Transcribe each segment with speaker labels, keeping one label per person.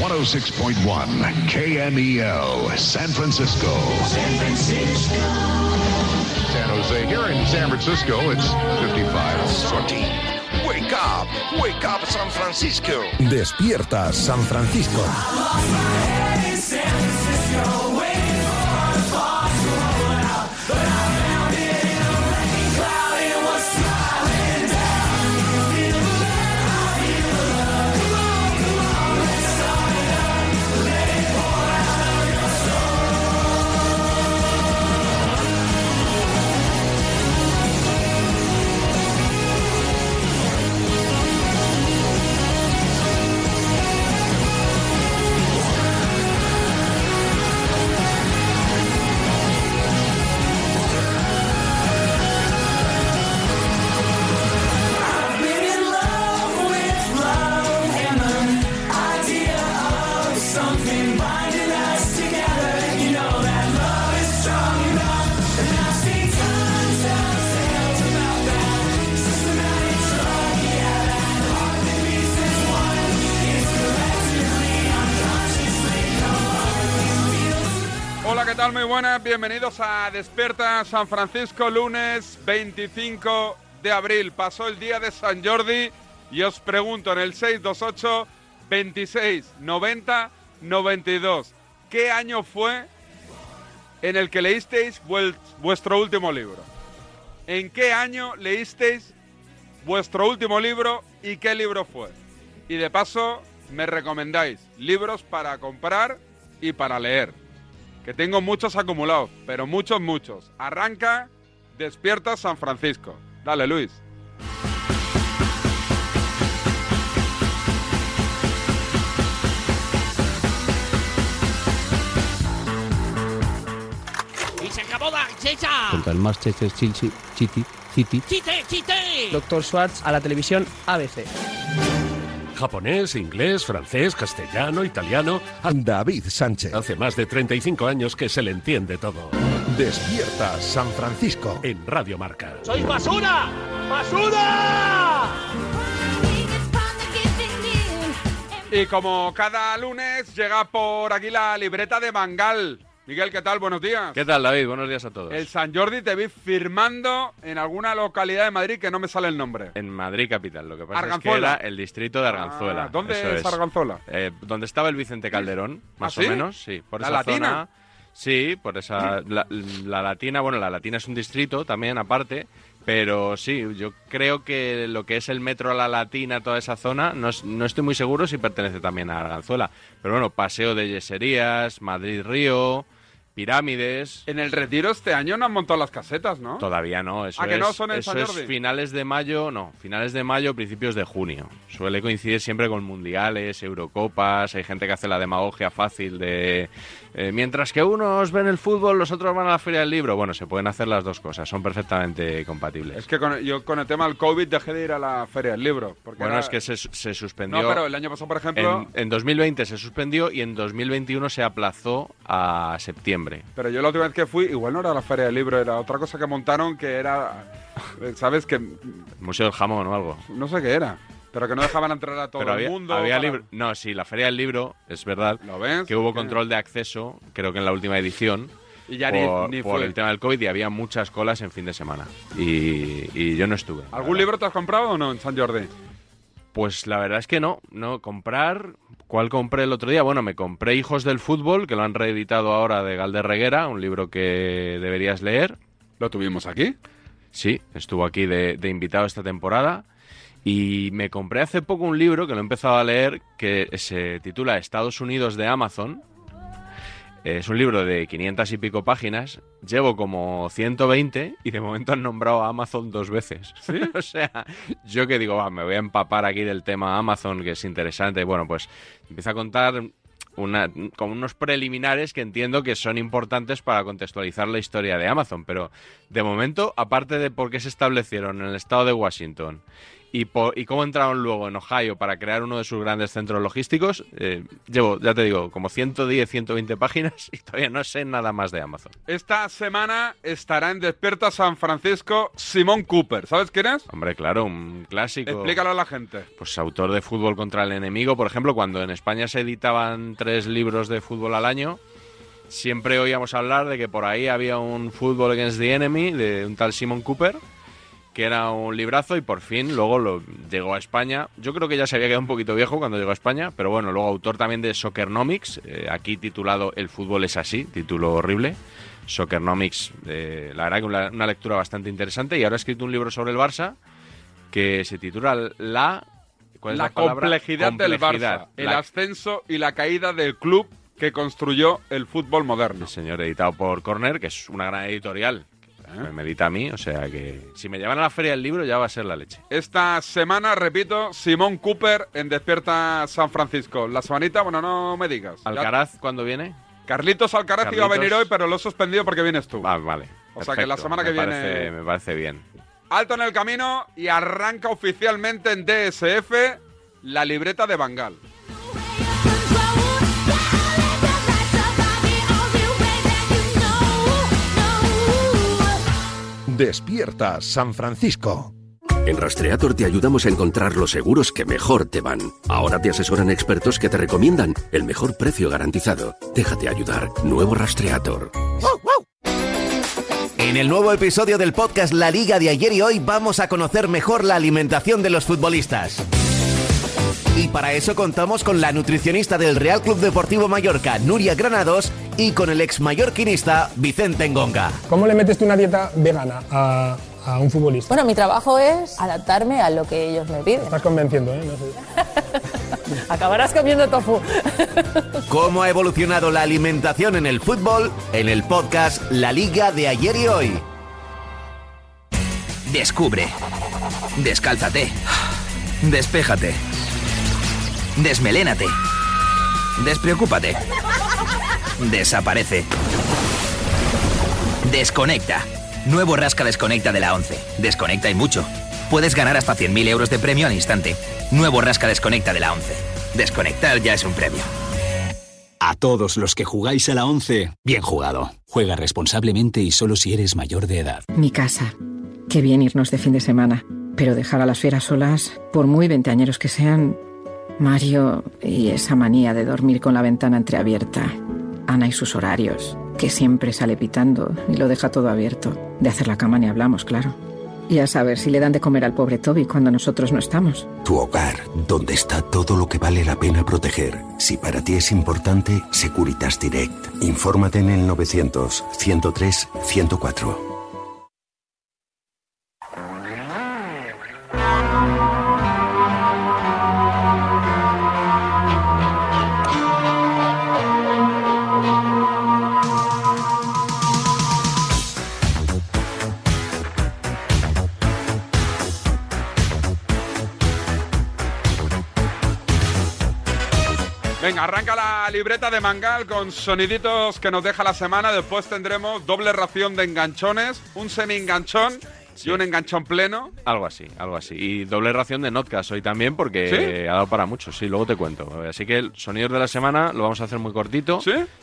Speaker 1: 106.1 KMEL, E San Francisco. San Francisco. San Jose. Here in San Francisco, it's 55.
Speaker 2: Santi, wake up, wake up San Francisco.
Speaker 3: Despierta San Francisco.
Speaker 4: Hola, ¿qué tal? Muy buenas, bienvenidos a Despierta San Francisco, lunes 25 de abril. Pasó el día de San Jordi y os pregunto en el 628 26 90 92, ¿qué año fue en el que leísteis vuel- vuestro último libro? ¿En qué año leísteis vuestro último libro y qué libro fue? Y de paso, me recomendáis libros para comprar y para leer que tengo muchos acumulados, pero muchos, muchos. Arranca, despierta San Francisco. Dale, Luis.
Speaker 5: Y se acabó la chicha.
Speaker 6: contra el Manchester City, City, City.
Speaker 5: ¡Chite, chite!
Speaker 7: Doctor Schwartz a la televisión ABC.
Speaker 8: Japonés, inglés, francés, castellano, italiano.
Speaker 3: David Sánchez.
Speaker 8: Hace más de 35 años que se le entiende todo.
Speaker 3: Despierta San Francisco.
Speaker 8: En Radio Marca.
Speaker 5: ¡Sois basura! ¡Basura!
Speaker 4: Y como cada lunes llega por aquí la libreta de Mangal. Miguel, ¿qué tal? Buenos días.
Speaker 9: ¿Qué tal, David? Buenos días a todos.
Speaker 4: El San Jordi te vi firmando en alguna localidad de Madrid que no me sale el nombre.
Speaker 9: En Madrid capital, lo que pasa es que
Speaker 4: Arganzuela.
Speaker 9: era el distrito de Arganzuela.
Speaker 4: Ah, ¿Dónde
Speaker 9: Eso
Speaker 4: es, Arganzuela? ¿Ah,
Speaker 9: Eh, donde estaba el Vicente Calderón, más
Speaker 4: sí?
Speaker 9: o menos, sí. Por
Speaker 4: ¿La
Speaker 9: esa
Speaker 4: Latina?
Speaker 9: zona. Sí, por esa. La, la Latina, bueno, la Latina es un distrito también, aparte. Pero sí, yo creo que lo que es el metro a la Latina, toda esa zona, no, es- no estoy muy seguro si pertenece también a Arganzuela. Pero bueno, Paseo de Yeserías, Madrid Río, Pirámides.
Speaker 4: En el retiro este año no han montado las casetas, ¿no?
Speaker 9: Todavía no, eso
Speaker 4: Ah, que
Speaker 9: es,
Speaker 4: no son en
Speaker 9: eso
Speaker 4: San
Speaker 9: es
Speaker 4: Jordi.
Speaker 9: finales de mayo, no, finales de mayo, principios de junio. Suele coincidir siempre con mundiales, eurocopas, hay gente que hace la demagogia fácil de eh, mientras que unos ven el fútbol, los otros van a la feria del libro. Bueno, se pueden hacer las dos cosas, son perfectamente compatibles.
Speaker 4: Es que con- yo con el tema del COVID dejé de ir a la feria del libro. Porque
Speaker 9: bueno,
Speaker 4: era-
Speaker 9: es que se, se suspendió
Speaker 4: No, pero el año pasado, por ejemplo...
Speaker 9: en, en 2020 se suspendió y en 2021 se aplazó a septiembre.
Speaker 4: Pero yo la última vez que fui, igual no era la feria del libro, era otra cosa que montaron que era, eh, ¿sabes? Que
Speaker 9: Museo del jamón o algo.
Speaker 4: no sé qué era, pero que no dejaban entrar a todo
Speaker 9: pero había,
Speaker 4: el mundo.
Speaker 9: había
Speaker 4: para-
Speaker 9: libro- No, sí, la feria del libro, es verdad.
Speaker 4: ¿Lo ves?
Speaker 9: que hubo control de acceso, creo que en la última edición,
Speaker 4: Y ya ni-
Speaker 9: por,
Speaker 4: ni,
Speaker 9: por
Speaker 4: fue.
Speaker 9: el tema del COVID y había muchas colas en fin de semana. Y, y yo no estuve. la
Speaker 4: ¿Algún
Speaker 9: verdad.
Speaker 4: libro te has comprado o no en San Jordi?
Speaker 9: Pues la verdad es que no, no comprar. ¿Cuál compré el otro día? Bueno, me compré Hijos del Fútbol, que lo han reeditado ahora de Galder Reguera, un libro que deberías leer.
Speaker 4: ¿Lo tuvimos aquí?
Speaker 9: Sí, estuvo aquí de, de invitado esta temporada. Y me compré hace poco un libro que lo he empezado a leer que se titula Estados Unidos de Amazon. Es un libro de 500 y pico páginas. Llevo como 120 y de momento han nombrado a Amazon dos veces. o sea, yo que digo, va, me voy a empapar aquí del tema Amazon, que es interesante. Bueno, pues empieza a contar una, con unos preliminares que entiendo que son importantes para contextualizar la historia de Amazon. Pero de momento, aparte de por qué se establecieron en el estado de Washington y, po- y cómo entraron luego en Ohio para crear uno de sus grandes centros logísticos, eh, llevo, ya te digo, como 110, 120 páginas y todavía no sé nada más de Amazon.
Speaker 4: Esta semana estará en Despierta San Francisco Simón Cooper. ¿Sabes quién es?
Speaker 9: Hombre, claro, un clásico.
Speaker 4: Explícalo a la gente.
Speaker 9: Pues autor de Fútbol contra el Enemigo, por ejemplo, cuando en España se editaban tres libros de fútbol al año, siempre oíamos hablar de que por ahí había un Fútbol Against the Enemy de un tal Simon Cooper, que era un librazo y por fin luego lo llegó a España. Yo creo que ya se había quedado un poquito viejo cuando llegó a España, pero bueno, luego autor también de Soccernomics, eh, aquí titulado El fútbol es así, título horrible. Soccernomics, eh, la verdad que una, una lectura bastante interesante y ahora ha escrito un libro sobre el Barça que se titula La ¿cuál es
Speaker 4: la,
Speaker 9: la palabra?
Speaker 4: complejidad, del
Speaker 9: Complejidad.
Speaker 4: Barça, el
Speaker 9: La-
Speaker 4: ascenso y la caída del club que construyó el fútbol moderno.
Speaker 9: señor editado por Corner, que es una gran editorial.
Speaker 4: ¿Eh?
Speaker 9: que Me edita a mí, o sea que si me llevan a la feria el libro ya va a ser la leche.
Speaker 4: Esta semana, repito, Simón Cooper en Despierta San Francisco. La semanita, bueno, no me digas. Ya-
Speaker 9: Alcaraz, ¿cuándo viene?
Speaker 4: Carlitos Alcaraz iba a
Speaker 9: Carlitos.
Speaker 4: venir hoy, pero lo he suspendido porque vienes tú.
Speaker 9: Ah, vale.
Speaker 4: O sea que la semana que
Speaker 9: me
Speaker 4: viene-
Speaker 9: parece- me parece bien.
Speaker 4: Alto en el camino y arranca oficialmente en DSF la libreta de Bangal.
Speaker 10: Despierta San Francisco.
Speaker 11: En Rastreator te ayudamos a encontrar los seguros que mejor te van. Ahora te asesoran expertos que te recomiendan el mejor precio garantizado. Déjate ayudar. Nuevo Rastreator.
Speaker 12: En el nuevo episodio del podcast La Liga de ayer y hoy vamos a conocer mejor la alimentación de los futbolistas. Y para eso contamos con la nutricionista del Real Club Deportivo Mallorca, Nuria Granados, y con el ex mallorquinista, Vicente Engonga.
Speaker 13: ¿Cómo le metes tú una dieta vegana a, a un futbolista?
Speaker 14: Bueno, mi trabajo es adaptarme a lo que ellos me piden.
Speaker 13: Me estás convenciendo, ¿eh? No sé.
Speaker 14: Acabarás comiendo tofu.
Speaker 12: ¿Cómo ha evolucionado la alimentación en el fútbol? En el podcast La Liga de ayer y hoy.
Speaker 15: Descubre. Descálzate. Despéjate. Desmelénate. Despreocúpate. Desaparece. Desconecta. Nuevo Rasca Desconecta de la 11. Desconecta y mucho. Puedes ganar hasta 100.000 euros de premio al instante. Nuevo Rasca Desconecta de la 11. Desconectar ya es un premio.
Speaker 16: A todos los que jugáis a la 11, bien jugado. Juega responsablemente y solo si eres mayor de edad.
Speaker 17: Mi casa. Qué bien irnos de fin de semana. Pero dejar a las fieras solas, por muy veinteañeros que sean, Mario y esa manía de dormir con la ventana entreabierta. Ana y sus horarios, que siempre sale pitando y lo deja todo abierto. De hacer la cama ni hablamos, claro. Y a saber si le dan de comer al pobre Toby cuando nosotros no estamos.
Speaker 18: Tu hogar, donde está todo lo que vale la pena proteger. Si para ti es importante, Securitas Direct. Infórmate en el 900 103 104.
Speaker 4: Venga, arranca la libreta de Mangal con soniditos que nos deja la semana. Después tendremos doble ración de enganchones, un semi-enganchón y un enganchón pleno.
Speaker 9: Algo así, algo así. Y doble ración de Notcast hoy también porque
Speaker 4: ¿Sí?
Speaker 9: eh, ha dado para mucho, sí, luego te cuento. Así que el sonido de la semana lo vamos a hacer muy cortito.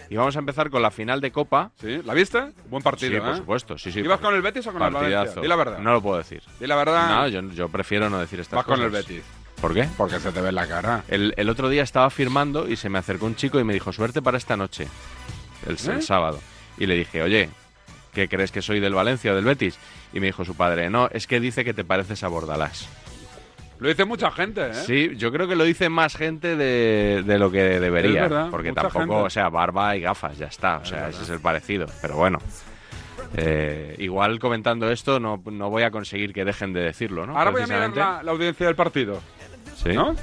Speaker 9: Y vamos a empezar con la final de Copa.
Speaker 4: ¿Sí? ¿La viste? Buen partido,
Speaker 9: Sí, por
Speaker 4: ¿eh?
Speaker 9: supuesto, sí, sí.
Speaker 4: ¿Ibas con el Betis o con el Valencia?
Speaker 9: Partidazo.
Speaker 4: Di la verdad.
Speaker 9: No lo puedo decir.
Speaker 4: Di la verdad.
Speaker 9: No, yo, yo prefiero no decir estas
Speaker 4: Vas con el
Speaker 9: cosas.
Speaker 4: Betis.
Speaker 9: ¿Por qué?
Speaker 4: Porque se te ve la cara.
Speaker 9: El, el otro día estaba firmando y se me acercó un chico y me dijo, suerte para esta noche, el, el
Speaker 4: ¿Eh?
Speaker 9: sábado. Y le dije, oye, ¿qué crees que soy del Valencia o del Betis? Y me dijo su padre, no, es que dice que te pareces a Bordalás.
Speaker 4: Lo dice mucha gente, ¿eh?
Speaker 9: Sí, yo creo que lo dice más gente de, de lo que debería.
Speaker 4: Es verdad,
Speaker 9: porque
Speaker 4: mucha
Speaker 9: tampoco,
Speaker 4: gente.
Speaker 9: o sea, barba y gafas, ya está. O sea, ese es el parecido. Pero bueno. eh, igual comentando esto, no, no voy a conseguir que dejen de decirlo, ¿no?
Speaker 4: Ahora voy a mirar
Speaker 9: Precisamente.
Speaker 4: la, la audiencia del partido.
Speaker 9: Sí.
Speaker 4: ¿no?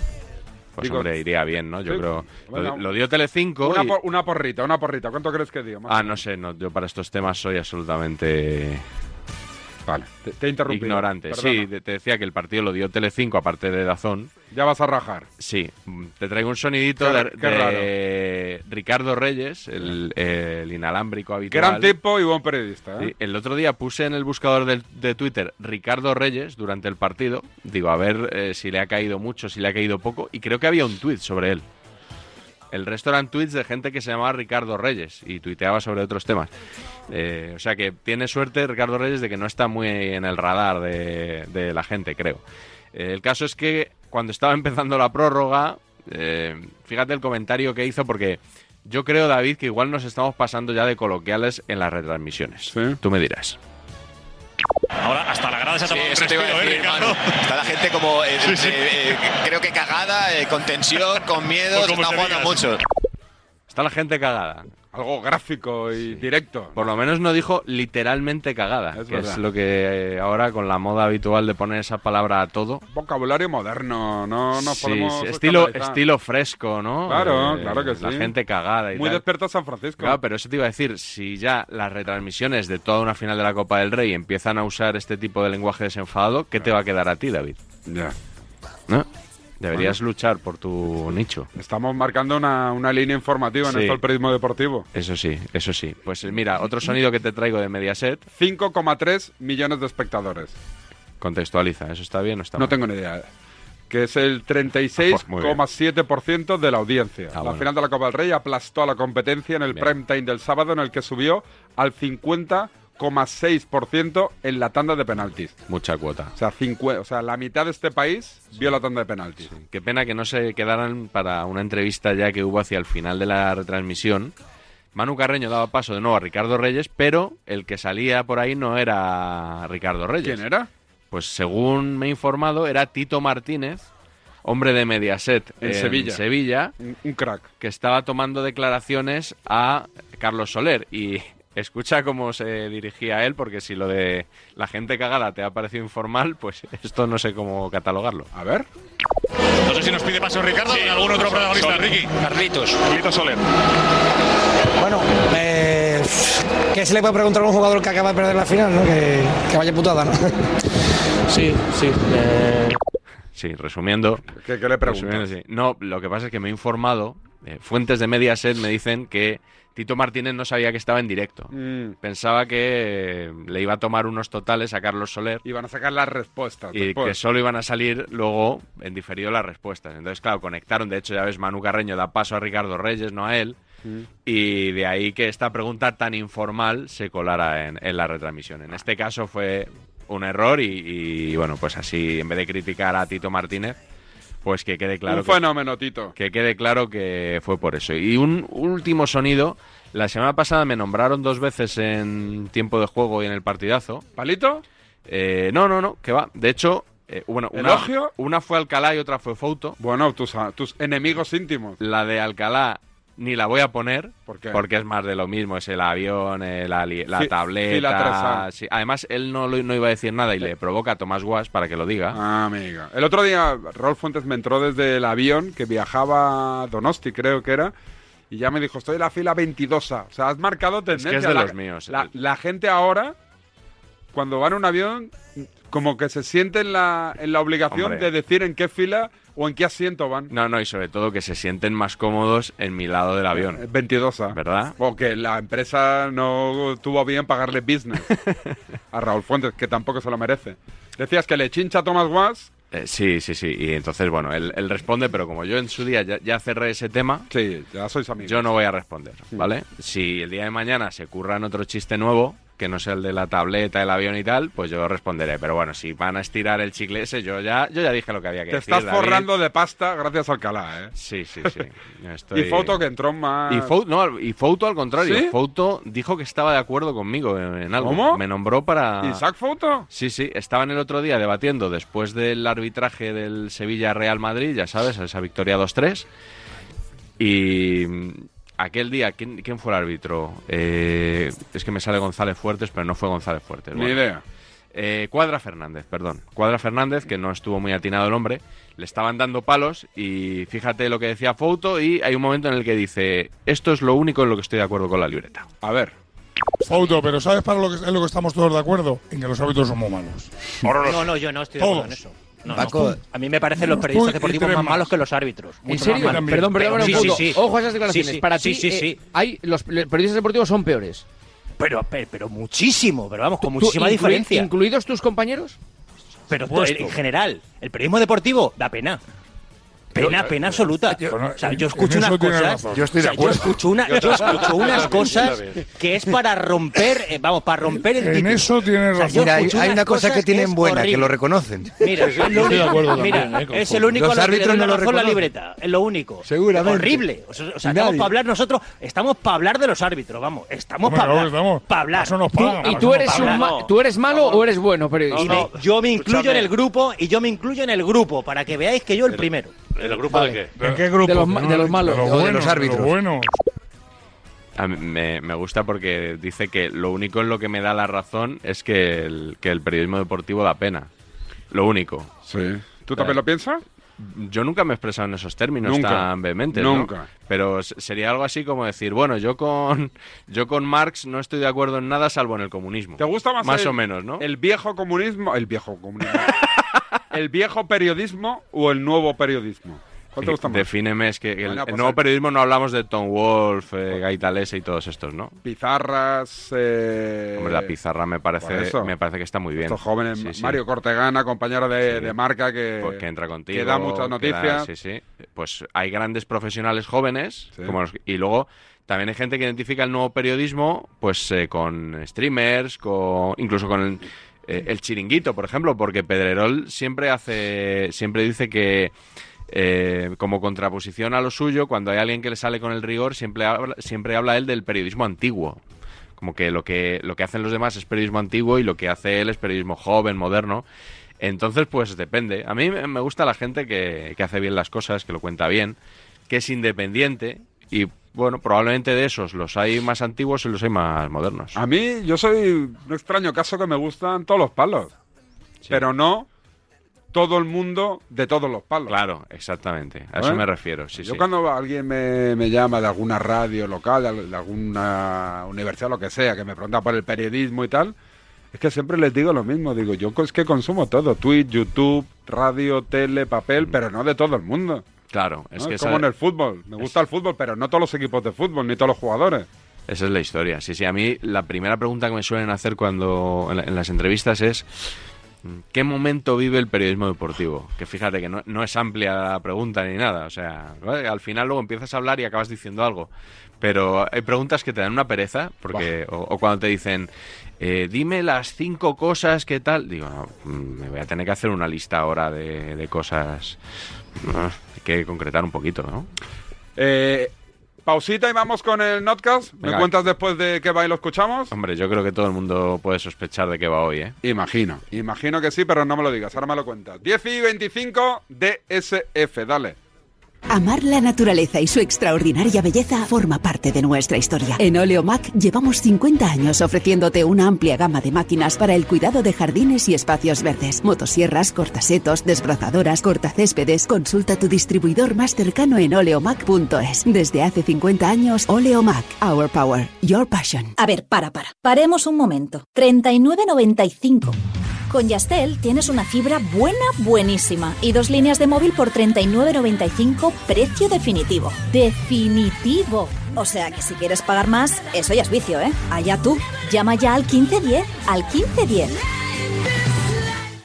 Speaker 9: Pues
Speaker 4: Digo-
Speaker 9: hombre, iría bien, ¿no? Yo
Speaker 4: Sí.
Speaker 9: creo. lo-
Speaker 4: Bueno,
Speaker 9: lo, dio Telecinco.
Speaker 4: Una,
Speaker 9: y-
Speaker 4: por- una porrita, una porrita. ¿Cuánto crees que dio? macho?
Speaker 9: Ah, no sé, no, yo para estos temas soy absolutamente
Speaker 4: Vale, te, te he interrumpido.
Speaker 9: Ignorante.
Speaker 4: Perdona.
Speaker 9: Sí, te- te decía que el partido lo dio Telecinco, aparte de Dazón.
Speaker 4: Ya vas a rajar.
Speaker 9: Sí, mm, te traigo un sonidito
Speaker 4: Qué-
Speaker 9: de,
Speaker 4: qué
Speaker 9: de Ricardo Reyes, el, eh, el inalámbrico habitual.
Speaker 4: Gran tipo y buen periodista. ¿eh?
Speaker 9: Sí, el otro día puse en el buscador del- de, Twitter Ricardo Reyes durante el partido. Digo, a ver eh, si le ha caído mucho, si le ha caído poco. Y creo que había un tuit sobre él. El resto eran tuits de gente que se llamaba Ricardo Reyes y tuiteaba sobre otros temas. Eh, o sea que tiene suerte Ricardo Reyes de que no está muy en el radar de, de la gente, creo. Eh, el caso es que cuando estaba empezando la prórroga, eh, fíjate el comentario que hizo porque yo creo, David, que igual nos estamos pasando ya de coloquiales en las retransmisiones. Tú me dirás.
Speaker 19: Ahora hasta la grada se ha tomado un
Speaker 20: eso te iba a
Speaker 19: respiro, ¿eh,
Speaker 20: decir,
Speaker 19: Ricardo?
Speaker 20: Manu. Está la gente como, eh,
Speaker 19: Sí, sí.
Speaker 20: eh, eh, creo que cagada, eh, con tensión, con miedo,
Speaker 9: O
Speaker 20: se
Speaker 9: como
Speaker 20: está
Speaker 9: te
Speaker 20: jugando
Speaker 9: digas.
Speaker 20: mucho.
Speaker 9: Está la gente cagada.
Speaker 4: Algo gráfico y directo.
Speaker 9: Por lo menos no dijo literalmente cagada, que
Speaker 4: verdad.
Speaker 9: es lo que eh, ahora con la moda habitual de poner esa palabra a todo.
Speaker 4: Vocabulario moderno, no nos
Speaker 9: Sí,
Speaker 4: podemos.
Speaker 9: sí, estilo,
Speaker 4: escandalizar.
Speaker 9: estilo fresco, ¿no?
Speaker 4: Claro,
Speaker 9: Eh,
Speaker 4: claro que
Speaker 9: La
Speaker 4: sí.
Speaker 9: gente cagada y
Speaker 4: Muy
Speaker 9: tal.
Speaker 4: despierto San Francisco.
Speaker 9: Claro, pero eso te iba a decir, si ya las retransmisiones de toda una final de la Copa del Rey empiezan a usar este tipo de lenguaje desenfadado, ¿qué te va a quedar a ti, David?
Speaker 4: Ya.
Speaker 9: ¿No? Deberías luchar por tu nicho.
Speaker 4: Estamos marcando una, una línea informativa
Speaker 9: Sí.
Speaker 4: en esto del periodismo deportivo.
Speaker 9: Eso sí, eso sí. Pues eh, mira, otro sonido que te traigo de Mediaset.
Speaker 4: 5,3 millones de espectadores.
Speaker 9: Contextualiza, ¿eso está bien o está
Speaker 4: No
Speaker 9: mal?
Speaker 4: tengo ni idea.
Speaker 9: Ah,
Speaker 4: Que
Speaker 9: pues,
Speaker 4: es el
Speaker 9: muy bien.
Speaker 4: 36,7% de la audiencia. la
Speaker 9: Ah, bueno.
Speaker 4: final de la Copa del Rey aplastó a la competencia en el prime time del sábado, en el que subió al 50,6% en la tanda de penaltis.
Speaker 9: Mucha cuota.
Speaker 4: O sea, cincu- o sea, la mitad de este país vio la tanda de penaltis.
Speaker 9: Qué pena que no se quedaran para una entrevista ya que hubo hacia el final de la retransmisión. Manu Carreño daba paso de nuevo a Ricardo Reyes, pero el que salía por ahí no era Ricardo Reyes.
Speaker 4: ¿Quién era?
Speaker 9: Pues según me he informado, era Tito Martínez, hombre de Mediaset
Speaker 4: En Sevilla.
Speaker 9: Sevilla,
Speaker 4: un, crack.
Speaker 9: Que estaba tomando declaraciones a Carlos Soler y escucha cómo se dirigía a él, porque si lo de la gente cagada te ha parecido informal, pues esto no sé cómo catalogarlo.
Speaker 4: A ver.
Speaker 19: No sé si nos pide paso Ricardo o algún otro protagonista, Ricky. Carlitos. Carlitos Soler.
Speaker 21: Bueno, eh, ¿qué se le puede preguntar a un jugador que acaba de perder la final? ¿no? Que, que vaya putada, ¿no? Sí, sí. eh.
Speaker 9: Sí, resumiendo.
Speaker 4: ¿Qué, le preguntas?
Speaker 9: resumiendo, sí. No, lo que pasa es que me he informado. eh, fuentes de Mediaset me dicen que Tito Martínez no sabía que estaba en directo.
Speaker 4: Mm.
Speaker 9: Pensaba que eh, le iba a tomar unos totales a Carlos Soler
Speaker 4: Iban a sacar las respuestas.
Speaker 9: y
Speaker 4: después.
Speaker 9: que solo iban a salir luego en diferido las respuestas. Entonces, claro, conectaron. De hecho, ya ves, Manu Carreño da paso a Ricardo Reyes, no a él. Y de ahí que esta pregunta tan informal se colara en, en la retransmisión. En este caso fue un error y, y, bueno, pues así, en vez de criticar a Tito Martínez, pues que quede claro
Speaker 4: un
Speaker 9: que,
Speaker 4: fenómeno, Tito.
Speaker 9: que quede claro que fue por eso. Y un último sonido. La semana pasada me nombraron dos veces en tiempo de juego y en el partidazo.
Speaker 4: ¿Palito?
Speaker 9: Eh, no, no, no, que va. De hecho, eh, bueno, una,
Speaker 4: ¿Elogio?
Speaker 9: una fue Alcalá y otra fue Fouto.
Speaker 4: Bueno, tus, ah, tus enemigos íntimos.
Speaker 9: La de Alcalá ni la voy a poner
Speaker 4: ¿Por qué?
Speaker 9: porque es más de lo mismo. Es el avión, eh, la, li- la
Speaker 4: Fi-
Speaker 9: tableta.
Speaker 4: filatresa.
Speaker 9: sí. Además, él no, lo- no iba a decir nada y le provoca a Tomás Guas para que lo diga.
Speaker 4: Ah, amiga. El otro día Raúl Fuentes me entró desde el avión que viajaba a Donosti, creo que era, y ya me dijo, estoy en la fila 22. O sea, has marcado tendencia.
Speaker 9: de
Speaker 4: La-
Speaker 9: los míos. eh.
Speaker 4: La, la gente ahora, cuando va en un avión, como que se siente en la, en la obligación
Speaker 9: Hombre.
Speaker 4: de decir en qué fila o en qué asiento van.
Speaker 9: No, no, y sobre todo que se sienten más cómodos en mi lado del avión.
Speaker 4: 22.
Speaker 9: ¿Verdad?
Speaker 4: O que la empresa no tuvo a bien pagarle business a Raúl Fuentes, que tampoco se lo merece. Decías que le chincha a Tomás Guas.
Speaker 9: Eh, sí, sí, sí. Y entonces, bueno, él, él responde, pero como yo en su día ya, ya cerré ese tema.
Speaker 4: Sí, ya sois amigos.
Speaker 9: Yo no voy a responder, ¿vale? Si el día de mañana se curran otro chiste nuevo, que no sea el de la tableta, el avión y tal, pues yo responderé. Pero bueno, si van a estirar el chicle ese, yo ya, yo ya dije lo que había que
Speaker 4: Te
Speaker 9: decir.
Speaker 4: estás
Speaker 9: David.
Speaker 4: forrando de pasta gracias a Alcalá, ¿eh?
Speaker 9: Sí, sí, sí. Yo estoy-
Speaker 4: Y Foto que entró más...
Speaker 9: Y Fouto, no, y Fouto al contrario.
Speaker 4: ¿Sí?
Speaker 9: Fouto dijo que estaba de acuerdo conmigo en, en algo.
Speaker 4: ¿Cómo?
Speaker 9: Me nombró para.
Speaker 4: ¿Isaac Foto?
Speaker 9: Sí, sí, estaban el otro día debatiendo después del arbitraje del Sevilla-Real Madrid, ya sabes, esa victoria 2-3. Y mm, aquel día, ¿quién, quién fue el árbitro? Eh, es que me sale González Fuertes, pero no fue González Fuertes.
Speaker 4: Ni
Speaker 9: bueno.
Speaker 4: idea.
Speaker 9: Eh, Cuadra Fernández, perdón. Cuadra Fernández, que no estuvo muy atinado el hombre, le estaban dando palos y fíjate lo que decía Fouto y hay un momento en el que dice, esto es lo único en lo que estoy de acuerdo con la libreta.
Speaker 4: A ver.
Speaker 10: Fouto, pero ¿sabes para lo que es lo que estamos todos de acuerdo? En que los árbitros son muy malos.
Speaker 22: No, no, yo no estoy de acuerdo en
Speaker 10: Todos.
Speaker 22: eso. No, no.
Speaker 10: Paco,
Speaker 22: a mí me parecen los
Speaker 10: tú
Speaker 22: periodistas
Speaker 10: y
Speaker 22: deportivos
Speaker 10: tres
Speaker 22: más
Speaker 10: más.
Speaker 22: malos que los árbitros.
Speaker 15: ¿En serio? Perdón, perdón, perdón. un segundo. Ojo a esas declaraciones. Para ti,
Speaker 22: sí, sí,
Speaker 15: eh,
Speaker 22: sí.
Speaker 15: hay, los le- periodistas deportivos son peores.
Speaker 22: Pero, pero, pero muchísimo, pero vamos, con
Speaker 15: Tú,
Speaker 22: muchísima
Speaker 15: inclui-
Speaker 22: diferencia.
Speaker 15: ¿Incluidos tus compañeros?
Speaker 22: pero tú,
Speaker 15: supuesto.
Speaker 22: en general, el periodismo deportivo da pena. Pena, pena absoluta. o sea, yo escucho
Speaker 10: eh, en
Speaker 22: unas
Speaker 10: eso tiene
Speaker 22: cosas.
Speaker 10: razón. Yo estoy de
Speaker 22: o sea,
Speaker 10: acuerdo.
Speaker 22: Yo escucho, una-
Speaker 10: Yo
Speaker 22: yo escucho
Speaker 10: también,
Speaker 22: unas
Speaker 10: yo
Speaker 22: cosas
Speaker 10: también.
Speaker 22: que es para romper, eh, vamos, para romper el
Speaker 10: En
Speaker 22: título.
Speaker 10: eso tienes
Speaker 22: O sea,
Speaker 10: razón.
Speaker 22: yo escucho unas cosas es horrible.
Speaker 23: reconocen.
Speaker 22: Mira,
Speaker 10: Sí, sí,
Speaker 22: es lo
Speaker 10: yo estoy de
Speaker 22: único-
Speaker 10: acuerdo
Speaker 22: mira,
Speaker 10: también, eh, con
Speaker 22: es
Speaker 10: Fouto.
Speaker 22: el único
Speaker 23: Los
Speaker 22: al que le
Speaker 23: árbitros
Speaker 22: doy
Speaker 23: no
Speaker 22: la
Speaker 23: lo
Speaker 22: razón la
Speaker 23: reconocen.
Speaker 22: libreta, es lo único.
Speaker 23: Seguramente.
Speaker 22: Horrible. O sea, o sea,
Speaker 23: Nadie.
Speaker 22: estamos para hablar nosotros, estamos para hablar de los árbitros, vamos, estamos
Speaker 10: Hombre,
Speaker 22: para hablar,
Speaker 10: claro que estamos.
Speaker 22: pa' hablar.
Speaker 10: Eso nos
Speaker 22: Tú-
Speaker 10: pagan,
Speaker 15: ¿Y tú eres, un ma- tú eres malo o eres bueno? periodista?
Speaker 22: y me- yo me incluyo en el grupo y yo me incluyo en el grupo para que veáis que yo el primero.
Speaker 24: ¿El grupo de qué?
Speaker 15: De los, ma- de los malos.
Speaker 10: los
Speaker 15: O de
Speaker 10: buenos,
Speaker 15: los árbitros.
Speaker 10: de los buenos.
Speaker 9: A mí me, me gusta porque dice que lo único en lo que me da la razón es que el, que el periodismo deportivo da pena. Lo único.
Speaker 4: Sí. ¿Tú también lo piensas?
Speaker 9: Yo nunca me he expresado en esos términos
Speaker 4: Nunca.
Speaker 9: tan vehementes.
Speaker 4: Nunca.
Speaker 9: ¿no? Pero s- sería algo así como decir, bueno, yo con yo con Marx no estoy de acuerdo en nada salvo en el comunismo.
Speaker 4: ¿Te gusta más
Speaker 9: Más
Speaker 4: el-
Speaker 9: o menos, ¿no?
Speaker 4: El viejo comunismo, el viejo comunismo. el viejo periodismo o el nuevo periodismo. ¿Cuál te
Speaker 9: Eh,
Speaker 4: gusta más?
Speaker 9: Defíneme, es que el,
Speaker 4: Venga,
Speaker 9: el
Speaker 4: pues
Speaker 9: nuevo
Speaker 4: el-
Speaker 9: periodismo no hablamos de Tom Wolfe, eh, Gaitalese y todos estos, ¿no?
Speaker 4: Pizarras, eh,
Speaker 9: Hombre, la pizarra me
Speaker 4: por
Speaker 9: parece,
Speaker 4: eso.
Speaker 9: me parece que está muy bien.
Speaker 4: estos jóvenes,
Speaker 9: Sí, sí.
Speaker 4: Mario Cortegana, compañero de,
Speaker 9: Sí.
Speaker 4: de marca que,
Speaker 9: Pues que entra contigo.
Speaker 4: que da muchas
Speaker 9: que da-
Speaker 4: noticias.
Speaker 9: sí, sí. Pues hay grandes profesionales jóvenes.
Speaker 4: Sí.
Speaker 9: como los que- y luego también hay gente que identifica el nuevo periodismo pues eh, con streamers, con incluso con el, eh, el chiringuito, por ejemplo, porque Pedrerol siempre hace siempre dice que eh, como contraposición a lo suyo, cuando hay alguien que le sale con el rigor, siempre habla, siempre habla él del periodismo antiguo. Como que lo, que lo que hacen los demás es periodismo antiguo y lo que hace él es periodismo joven, moderno. Entonces, pues depende. A mí me me gusta la gente que, que hace bien las cosas, que lo cuenta bien, que es independiente y, bueno, probablemente de esos los hay más antiguos y los hay más modernos.
Speaker 4: A mí, yo soy un extraño caso que me gustan todos los palos. Pero no todo el mundo de todos los palos.
Speaker 9: Claro, exactamente. A eso
Speaker 4: ¿Eh?
Speaker 9: me refiero, sí,
Speaker 4: yo
Speaker 9: sí.
Speaker 4: cuando alguien me, me llama de alguna radio local, de al- de alguna universidad, lo que sea, que me pregunta por el periodismo y tal, es que siempre les digo lo mismo. Digo, yo es que consumo todo. Twitch, YouTube, radio, tele, papel, pero no de todo el mundo.
Speaker 9: Mm. Claro,
Speaker 4: ¿no?
Speaker 9: es que esa-
Speaker 4: como en el fútbol. Me gusta el fútbol, pero no todos los equipos de fútbol, ni todos los jugadores.
Speaker 9: Esa es la historia. Sí, sí. A mí la primera pregunta que me suelen hacer cuando en, la- en las entrevistas es ¿qué momento vive el periodismo deportivo? Que fíjate que no, no es amplia la pregunta ni nada. O sea, ¿vale? al final luego empiezas a hablar y acabas diciendo algo. Pero hay preguntas que te dan una pereza porque o, o cuando te dicen eh, dime las cinco cosas que tal. Digo, no, mm, me voy a tener que hacer una lista ahora de, de cosas. Ah, Hay que concretar un poquito, ¿no?
Speaker 4: Eh, pausita y vamos con el notcast. ¿Me
Speaker 9: Venga.
Speaker 4: cuentas después de qué va y lo escuchamos?
Speaker 9: Hombre, yo creo que todo el mundo puede sospechar de qué va hoy, ¿eh?
Speaker 4: Imagino. Imagino que sí, pero no me lo digas. Ahora me lo cuentas. 10 y 25 DSF. Dale.
Speaker 25: Amar la naturaleza y su extraordinaria belleza forma parte de nuestra historia. En Oleomac llevamos 50 años ofreciéndote una amplia gama de máquinas para el cuidado de jardines y espacios verdes. Motosierras, cortasetos, desbrozadoras, cortacéspedes. Consulta tu distribuidor más cercano en oleomac.es. Desde hace 50 años, Oleomac. Our power, your passion.
Speaker 26: A ver, para, para. Paremos un momento. 39.95. Con Yastel tienes una fibra buena, buenísima. Y dos líneas de móvil por 39.95, precio definitivo. ¡Definitivo! O sea que si quieres pagar más, eso ya es vicio, ¿eh? Allá tú. Llama ya al 1510. Al 1510.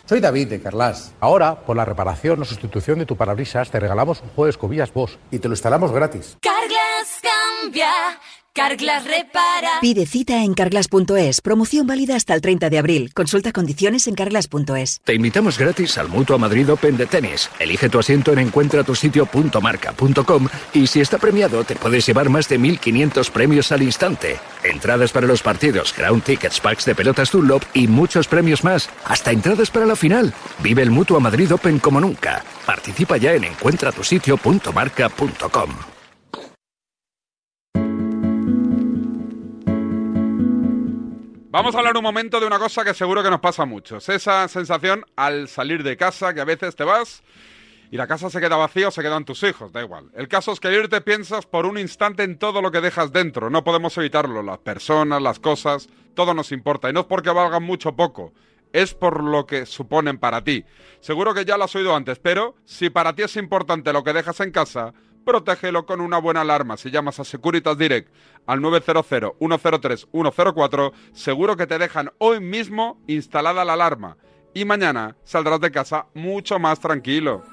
Speaker 27: Soy David de Carlas. Ahora, por la reparación o sustitución de tu parabrisas, te regalamos un juego de escobillas Bosch y te lo instalamos gratis.
Speaker 13: Carglass cambia, Carglass repara.
Speaker 1: Pide cita en carglass.es. Promoción válida hasta el 30 de abril. Consulta condiciones en carglass.es.
Speaker 16: Te invitamos gratis al Mutua Madrid Open de tenis. Elige tu asiento en encuentratusitio.marca.com y si está premiado te puedes llevar más de 1.500 premios al instante. Entradas para los partidos, ground tickets, packs de pelotas Dunlop y muchos premios más. Hasta entradas para la final. Vive el Mutua Madrid Open como nunca. Participa ya en encuentratusitio.marca.com.
Speaker 4: Vamos a hablar un momento de una cosa que seguro que nos pasa a muchos. Esa sensación al salir de casa que a veces te vas y la casa se queda vacía o se quedan tus hijos, da igual. El caso es que al irte piensas por un instante en todo lo que dejas dentro, no podemos evitarlo, las personas, las cosas, todo nos importa y no es porque valgan mucho o poco. Es por lo que suponen para ti. Seguro que ya lo has oído antes, pero si para ti es importante lo que dejas en casa, protégelo con una buena alarma. Si llamas a Securitas Direct al 900-103-104, seguro que te dejan hoy mismo instalada la alarma. Y mañana saldrás de casa mucho más tranquilo.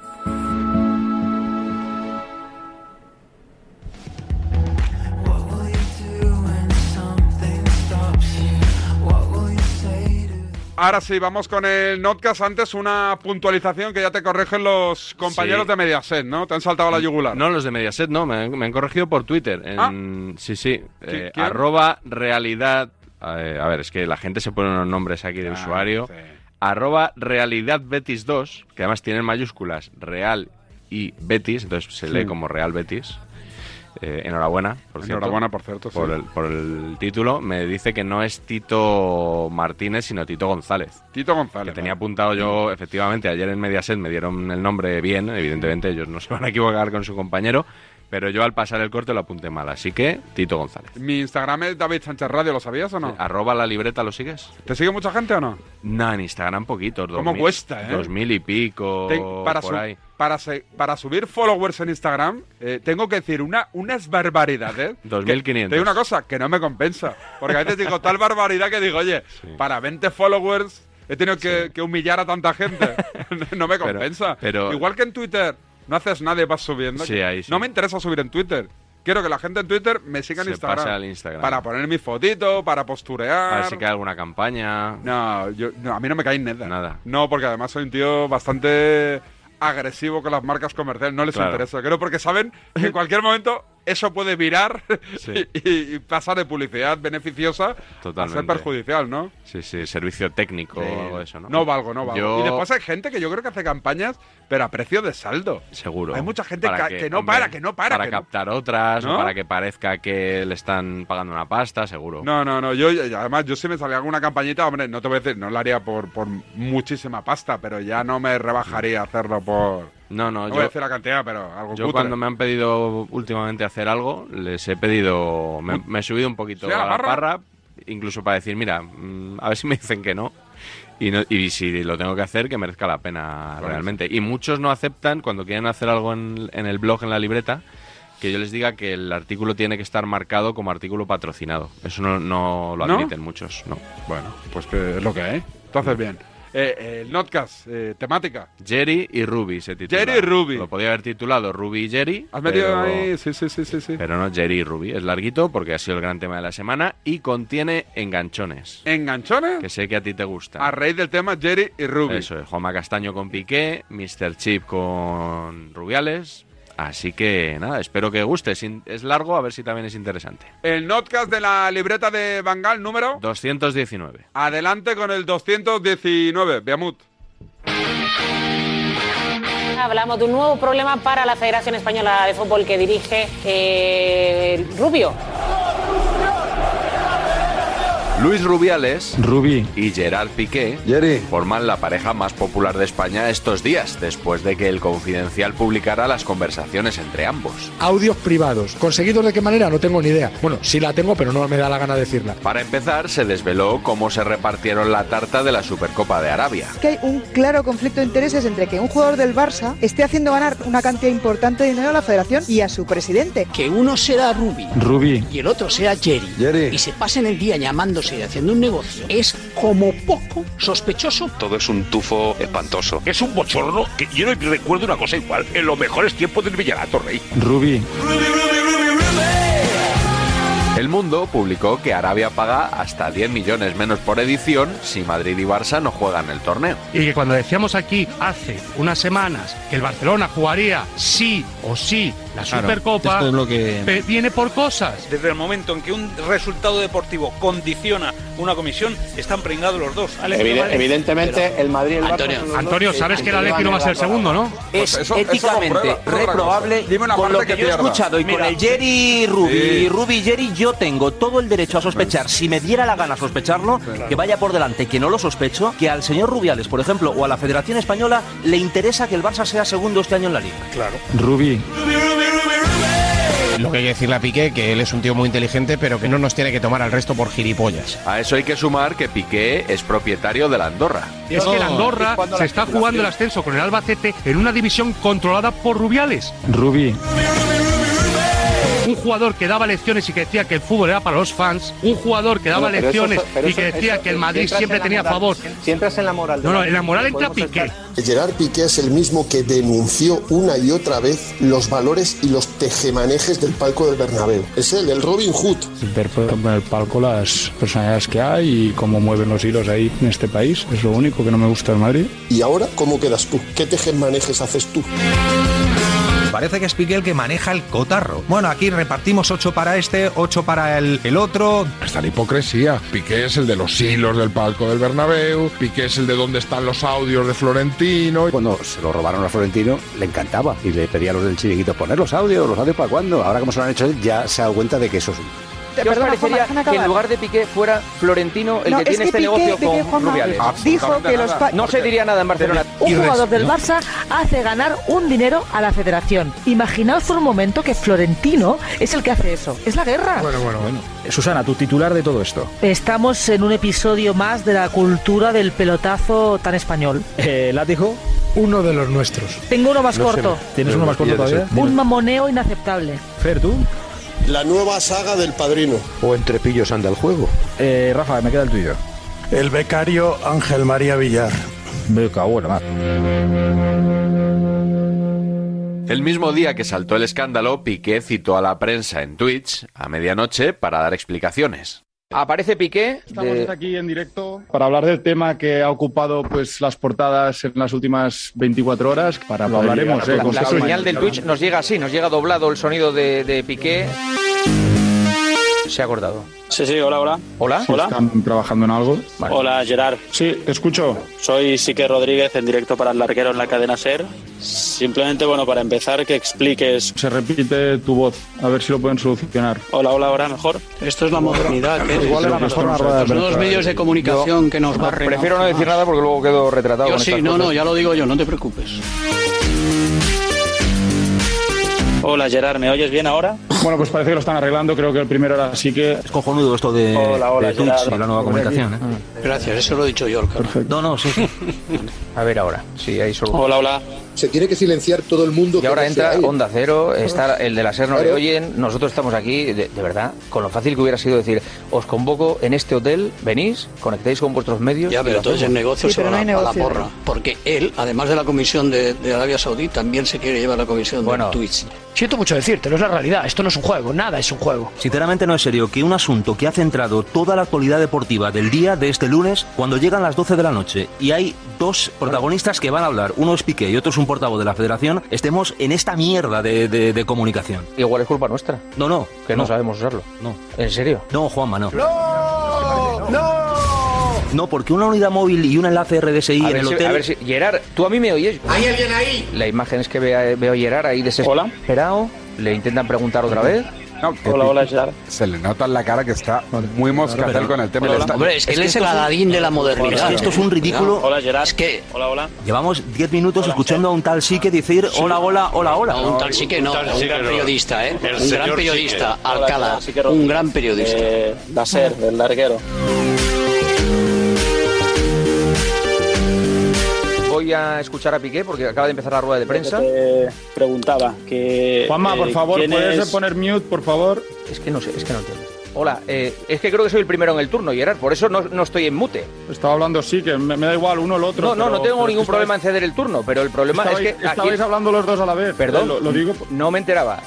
Speaker 4: Ahora sí, vamos con el notcast. Antes una puntualización que ya te corrigen los compañeros
Speaker 9: Sí.
Speaker 4: de Mediaset, ¿no? Te han saltado la yugular. Ah.
Speaker 9: No, los de Mediaset no, me han, me han corregido por Twitter. en- Sí, sí. eh,
Speaker 4: quién?
Speaker 9: arroba realidad. eh, a ver, es que la gente se pone unos nombres aquí
Speaker 4: Ah,
Speaker 9: de usuario. Arroba realidad Betis 2, que además tienen mayúsculas Real y Betis, entonces se lee
Speaker 4: Sí.
Speaker 9: como Real Betis. Eh, enhorabuena, por cierto.
Speaker 4: Enhorabuena, por cierto, sí.
Speaker 9: el, por el título. Me dice que no es Tito Martínez, sino Tito González.
Speaker 4: Tito González.
Speaker 9: Que tenía apuntado yo, efectivamente, ayer en Mediaset me dieron el nombre bien, evidentemente ellos no se van a equivocar con su compañero, pero yo al pasar el corte lo apunté mal, así que Tito González.
Speaker 4: Mi Instagram es David Sánchez Radio, ¿lo sabías o no?
Speaker 9: Arroba la libreta, ¿lo sigues?
Speaker 4: ¿Te sigue mucha gente o no?
Speaker 9: No, en Instagram poquito. dos
Speaker 4: ¿Cómo
Speaker 9: mil-
Speaker 4: cuesta, eh?
Speaker 9: Dos mil y pico,
Speaker 4: Ten- para,
Speaker 9: por
Speaker 4: su-
Speaker 9: ahí.
Speaker 4: Para, se- para subir followers en Instagram, eh, tengo que decir una, unas barbaridades. que-
Speaker 9: 2.500.
Speaker 4: Te digo una cosa, que no me compensa. Porque a veces digo tal barbaridad que digo, oye, para 20 followers he tenido que, que humillar a tanta gente. no me
Speaker 9: Pero-
Speaker 4: compensa.
Speaker 9: pero-
Speaker 4: Igual que en Twitter, no haces nada y vas subiendo.
Speaker 9: Sí, ahí sí.
Speaker 4: No me interesa subir en Twitter. Quiero que la gente en Twitter me siga en
Speaker 9: Se
Speaker 4: Instagram.
Speaker 9: pasa al Instagram.
Speaker 4: Para poner mi fotito, para posturear.
Speaker 9: A ver si queda alguna campaña.
Speaker 4: No, yo, no, a mí no me cae nada.
Speaker 9: Nada.
Speaker 4: No, porque además soy un tío bastante agresivo con las marcas comerciales. No les
Speaker 9: Claro.
Speaker 4: interesa. Creo porque saben que en cualquier momento eso puede virar
Speaker 9: Sí.
Speaker 4: y, y pasar de publicidad beneficiosa a ser
Speaker 9: Totalmente.
Speaker 4: perjudicial, ¿no?
Speaker 9: Sí, sí, servicio técnico
Speaker 4: Sí.
Speaker 9: o algo de eso, ¿no?
Speaker 4: No valgo, no valgo.
Speaker 9: Yo-
Speaker 4: Y después hay gente que yo creo que hace campañas, pero a precio de saldo.
Speaker 9: Seguro.
Speaker 4: Hay mucha gente
Speaker 9: Para
Speaker 4: ca- que no para, que no para,
Speaker 9: Para
Speaker 4: que no-
Speaker 9: captar otras, o
Speaker 4: ¿No?
Speaker 9: para que parezca que le están pagando una pasta, seguro.
Speaker 4: No, no, no. Yo, y además, yo si me salía alguna campañita, hombre, no te voy a decir, no la haría por, por muchísima pasta, pero ya no me rebajaría hacerlo por.
Speaker 9: No, no,
Speaker 4: No voy a
Speaker 9: yo,
Speaker 4: decir la cantidad, pero algo
Speaker 9: yo
Speaker 4: cutre.
Speaker 9: cuando me han pedido últimamente hacer algo, les he pedido, me, me he subido un poquito
Speaker 4: ¿Sí, a la
Speaker 9: a la
Speaker 4: barra?
Speaker 9: parra, incluso para decir, mira, mm, a ver si me dicen que no. Y, no- y si lo tengo que hacer, que merezca la pena
Speaker 4: Correcto.
Speaker 9: realmente. Y muchos no aceptan cuando quieren hacer algo en, en el blog, en la libreta, que yo les diga que el artículo tiene que estar marcado como artículo patrocinado. Eso no, no lo
Speaker 4: ¿No?
Speaker 9: admiten muchos, no.
Speaker 4: Bueno, pues que es lo que hay. Entonces, bien. Eh, eh, el Notcast, eh, temática.
Speaker 9: Jerry y Ruby se titula.
Speaker 4: Jerry y Ruby.
Speaker 9: Lo podía haber titulado Ruby y Jerry.
Speaker 4: Has metido
Speaker 9: pero-
Speaker 4: ahí. Sí, sí, sí, sí. sí.
Speaker 9: Pero no, Jerry y Ruby. Es larguito porque ha sido el gran tema de la semana y contiene enganchones.
Speaker 4: ¿Enganchones?
Speaker 9: Que sé que a ti te gusta.
Speaker 4: A raíz del tema Jerry y Ruby.
Speaker 9: Eso es, Juanma Castaño con Piqué, Mr. Chip con Rubiales. Así que nada, espero que guste. Es in- Es largo, a ver si también es interesante.
Speaker 4: El Notcast de la libreta de Bangal, número.
Speaker 9: 219.
Speaker 4: Adelante con el 219, Beamut.
Speaker 1: Hablamos de un nuevo problema para la Federación Española de Fútbol que dirige eh, Rubio.
Speaker 9: Luis Rubiales Rubi. y Gerard Piqué forman la pareja más popular de España estos días, después de que el Confidencial publicara las conversaciones entre ambos.
Speaker 2: Audios privados. ¿Conseguidos de qué manera? No tengo ni idea. Bueno, sí la tengo, pero no me da la gana decirla.
Speaker 9: Para empezar, se desveló cómo se repartieron la tarta de la Supercopa de Arabia.
Speaker 3: que hay un claro conflicto de intereses entre que un jugador del Barça esté haciendo ganar una cantidad importante de dinero a la federación y a su presidente.
Speaker 5: Que uno sea Ruby
Speaker 6: Rubí.
Speaker 5: y el otro sea Jerry, y se pasen el día llamándose y haciendo un negocio es como poco sospechoso.
Speaker 7: Todo es un tufo espantoso. Es un bochorno que yo no recuerdo una cosa igual en los mejores tiempos del Villalato Rey.
Speaker 9: Rubí. El Mundo publicó que Arabia paga hasta 10 millones menos por edición si Madrid y Barça no juegan el torneo.
Speaker 6: Y que cuando decíamos aquí hace unas semanas que el Barcelona jugaría sí o sí
Speaker 22: La
Speaker 16: Claro,
Speaker 22: Supercopa
Speaker 16: esto es lo que-
Speaker 22: pe- viene por cosas.
Speaker 16: Desde el momento en que un resultado deportivo condiciona una comisión, están pringados los dos.
Speaker 22: Alex, Evide- ¿vale? evidentemente,
Speaker 16: el Madrid
Speaker 22: el Barça Antonio, son los dos Antonio, que- sabes que el que Atleti no va a ser llevan a la segundo, ¿no?
Speaker 28: Es
Speaker 16: Pues eso- eso
Speaker 28: éticamente
Speaker 16: comprueba- comprueba la
Speaker 28: reprobable.
Speaker 16: cosa. Dime una
Speaker 28: con lo
Speaker 16: parte
Speaker 28: que,
Speaker 16: que
Speaker 28: yo he
Speaker 16: pierda.
Speaker 28: escuchado y con
Speaker 16: Mira.
Speaker 28: el Jerry Rubi,
Speaker 16: Sí.
Speaker 28: Rubi Jerry, yo tengo todo el derecho a sospechar, si me diera la gana sospecharlo, que vaya por delante, que no lo sospecho, que al señor Rubiales, por ejemplo, o a la Federación Española le interesa que el Barça sea segundo este año en la liga. Claro.
Speaker 16: Rubí.
Speaker 22: Lo que hay que decirle a Piqué, que él es un tío muy inteligente, pero que no nos tiene que tomar al resto por gilipollas.
Speaker 9: A eso hay que sumar que Piqué es propietario de la Andorra.
Speaker 16: Y es que el Andorra se está jugando el ascenso con el Albacete en una división controlada por Rubiales.
Speaker 2: Rubí.
Speaker 16: Un jugador que daba lecciones y que decía que el fútbol era para los fans. Un jugador que daba
Speaker 2: Bueno, pero eso-
Speaker 16: lecciones
Speaker 2: pero
Speaker 16: y que
Speaker 2: eso-
Speaker 16: decía
Speaker 2: eso-
Speaker 16: que el Madrid
Speaker 2: entras
Speaker 16: siempre
Speaker 2: en la
Speaker 16: tenía a
Speaker 2: moral,
Speaker 16: favor.
Speaker 2: Siempre es en la moral. pues
Speaker 16: No, no, en la moral entra Piqué.
Speaker 13: Gerard Piqué es el mismo que denunció una y otra vez los valores y los tejemanejes del palco del Bernabéu. Es él, el Robin Hood.
Speaker 2: Ver por ejemplo en el palco las personalidades que hay y cómo mueven los hilos ahí en este país. Es lo único que no me gusta de Madrid.
Speaker 13: ¿Y ahora cómo quedas tú? ¿Qué tejemanejes haces tú? Parece que es Piqué el que maneja el cotarro. Bueno, aquí repartimos 8 para este, 8 para el, el otro.
Speaker 10: Está la hipocresía. Piqué es el de los hilos del palco del Bernabéu. Piqué es el de dónde están los audios de Florentino.
Speaker 15: Cuando se lo robaron a Florentino, le encantaba y le pedía a los del chiringuito poner los audios, los audios para cuándo. Ahora, como se lo han hecho, él, ya se ha dado cuenta de que eso es un.
Speaker 21: ¿Qué os Perdona, parecería Juanma, déjame que en acabar. lugar
Speaker 28: de Piqué fuera Florentino
Speaker 21: el No, que es tiene que este Piqué- negocio Piqué, con Juanma, Rubiales? dijo que los pa- No se
Speaker 28: diría nada en Barcelona.
Speaker 13: Un jugador del Barça hace ganar un dinero a la federación. Imaginaos por un momento que Florentino es el que hace eso. Es la guerra.
Speaker 5: bueno, bueno.
Speaker 15: Susana, tu titular de todo esto.
Speaker 13: Estamos en un episodio más de la cultura del pelotazo tan español.
Speaker 5: látigo? Uno de los nuestros.
Speaker 13: Tengo uno más
Speaker 5: No se
Speaker 13: corto.
Speaker 5: ve. ¿Tienes uno más corto todavía?
Speaker 13: Un mamoneo inaceptable.
Speaker 5: Fer, tú.
Speaker 13: La nueva saga del padrino.
Speaker 5: O entre pillos anda el juego.
Speaker 15: Eh, Rafa, me queda el tuyo.
Speaker 29: El becario Ángel María Villar.
Speaker 15: Me cago en la
Speaker 9: El mismo día que saltó el escándalo, Piqué citó a la prensa en Twitch a medianoche para dar explicaciones.
Speaker 5: Aparece Piqué.
Speaker 15: Estamos
Speaker 5: aquí en directo.
Speaker 15: Para hablar del tema que ha ocupado pues las portadas en las últimas 24 horas, para
Speaker 5: Lo hablaremos,
Speaker 15: eh,
Speaker 5: eh,
Speaker 15: con
Speaker 5: con
Speaker 15: la
Speaker 5: calma.
Speaker 15: señal del Twitch.
Speaker 5: nos llega así, nos llega doblado el sonido de, Piqué.
Speaker 15: Se ha acordado.
Speaker 5: Sí, sí, hola, hola.
Speaker 15: Hola.
Speaker 5: Hola.
Speaker 15: ¿Están trabajando en algo?
Speaker 5: Hola, Gerard.
Speaker 15: Sí, te escucho.
Speaker 5: Soy Sique Rodríguez, en directo para el larguero en la cadena SER. Simplemente, bueno, para empezar, que expliques.
Speaker 15: Se repite tu voz, a ver si lo pueden solucionar.
Speaker 5: Hola, hola, ahora mejor.
Speaker 15: Esto es la modernidad.
Speaker 5: ¿eh? Igual era mejor una rueda de
Speaker 15: Los nuevos
Speaker 5: prensa.
Speaker 15: medios de comunicación
Speaker 5: Yo
Speaker 15: que nos barren.
Speaker 5: prefiero no decir
Speaker 15: nada porque luego quedo retratado.
Speaker 5: con
Speaker 15: Yo sí,
Speaker 5: estas
Speaker 15: no,
Speaker 5: cosas.
Speaker 15: no, ya lo digo yo, no te preocupes.
Speaker 5: Hola, Gerard, ¿me oyes bien ahora?
Speaker 15: Bueno, pues parece que lo están arreglando, creo que el primero era así que... Es cojonudo esto de,
Speaker 5: Hola, hola, de Twitch Gerard. y la nueva comunicación,
Speaker 15: Gracias, eso lo he dicho yo. No, no, sí.
Speaker 5: A ver ahora.
Speaker 15: Sí, ahí solo...
Speaker 5: Hola, hola.
Speaker 15: Se tiene que silenciar todo el mundo.
Speaker 5: Y ahora entra Onda
Speaker 15: Cero,
Speaker 5: está
Speaker 15: el de la SER,
Speaker 5: no le
Speaker 15: oyen, nosotros estamos aquí, de, verdad, con lo fácil que hubiera sido decir, os convoco en este hotel, venís, conectáis con vuestros medios... Ya, pero entonces el negocio
Speaker 21: Sí,
Speaker 15: se
Speaker 21: pero no
Speaker 15: va a
Speaker 21: hay
Speaker 15: la- a la
Speaker 21: negocio.
Speaker 15: porra, porque él, además de la comisión de, de Arabia Saudí, también se quiere llevar la comisión de Twitch.
Speaker 5: Siento mucho decirte, no es la realidad. Esto no es un juego, nada es un juego.
Speaker 15: Sinceramente no es serio que un asunto que ha centrado toda la actualidad deportiva del día de este lunes, cuando llegan las 12 de la noche y hay dos protagonistas que van a hablar, uno es Piqué y otro es un portavoz de la federación, ¿eh? estemos en esta mierda de, de- de comunicación. Igual es culpa nuestra. No, no. Que no, sabemos usarlo. No. ¿En serio? No, Juanma, no. No, porque una unidad móvil y un enlace RDSI en
Speaker 5: A ver
Speaker 15: el
Speaker 5: si-
Speaker 15: hotel...
Speaker 5: a ver si-
Speaker 15: Gerard, ¿tú a mí me oyes?
Speaker 5: ¿Hay alguien ahí?
Speaker 15: La imagen es que vea- veo Gerard ahí desesperado, le intentan preguntar otra vez...
Speaker 5: Hola, hola, Gerard.
Speaker 15: Se le nota en la cara que está muy
Speaker 5: moscatel con el tema. Hola, Le está- hola. Hombre, es que él es el
Speaker 15: Aladín de la
Speaker 5: modernidad.
Speaker 15: Es que esto es un ridículo.
Speaker 5: Hola, Gerard.
Speaker 15: Es que
Speaker 5: Hola, hola.
Speaker 15: llevamos 10 minutos escuchando a un tal sí que decir
Speaker 5: Sí.
Speaker 15: hola, hola, hola, hola.
Speaker 5: No, un tal sí que no, Un tal sí un gran que no. periodista, ¿eh? El Un señor gran sí que. periodista, Hola, Alcalá, sí que Rodríguez. un gran periodista. Eh,
Speaker 15: la
Speaker 5: SER,
Speaker 15: del larguero. Voy a escuchar a Piqué porque acaba de empezar la rueda de prensa.
Speaker 5: preguntaba eh, que. eh,
Speaker 15: Juanma, por favor, ¿puedes poner
Speaker 5: mute, por favor?
Speaker 15: Es que no sé, es que no entiendo. Hola, eh, es que creo que soy el primero en el turno, Gerard, por eso no, no estoy en mute. Estaba hablando sí, que me, da igual uno o el
Speaker 5: otro,
Speaker 15: No, no,
Speaker 5: pero-
Speaker 15: no tengo
Speaker 5: pero
Speaker 15: ningún
Speaker 5: es que
Speaker 15: problema en ceder el turno, pero el problema
Speaker 5: Estabais-
Speaker 15: es que... aquí-
Speaker 5: estabais hablando
Speaker 15: los dos a la vez. Perdón,
Speaker 5: eh, lo- lo digo-
Speaker 15: No me enteraba.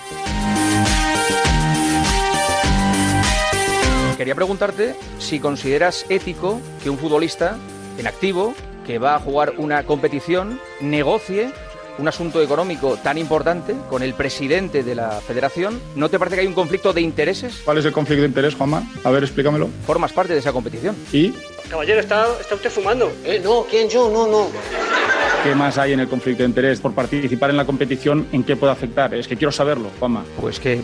Speaker 15: Quería preguntarte si consideras ético que un futbolista en activo que va a jugar una competición negocie un asunto económico tan importante con el presidente de la federación, ¿no te parece que hay un conflicto de intereses?
Speaker 16: ¿Cuál es el conflicto de interés, Juanma? A ver, explícamelo.
Speaker 15: Formas parte de esa competición.
Speaker 16: ¿Y
Speaker 2: Caballero, ¿está, está usted fumando? Eh, no, ¿quién yo? No, no.
Speaker 16: qué más hay en el conflicto de interés por participar en la competición? ¿En qué puede afectar? Es que quiero saberlo, Juanma.
Speaker 15: Pues que,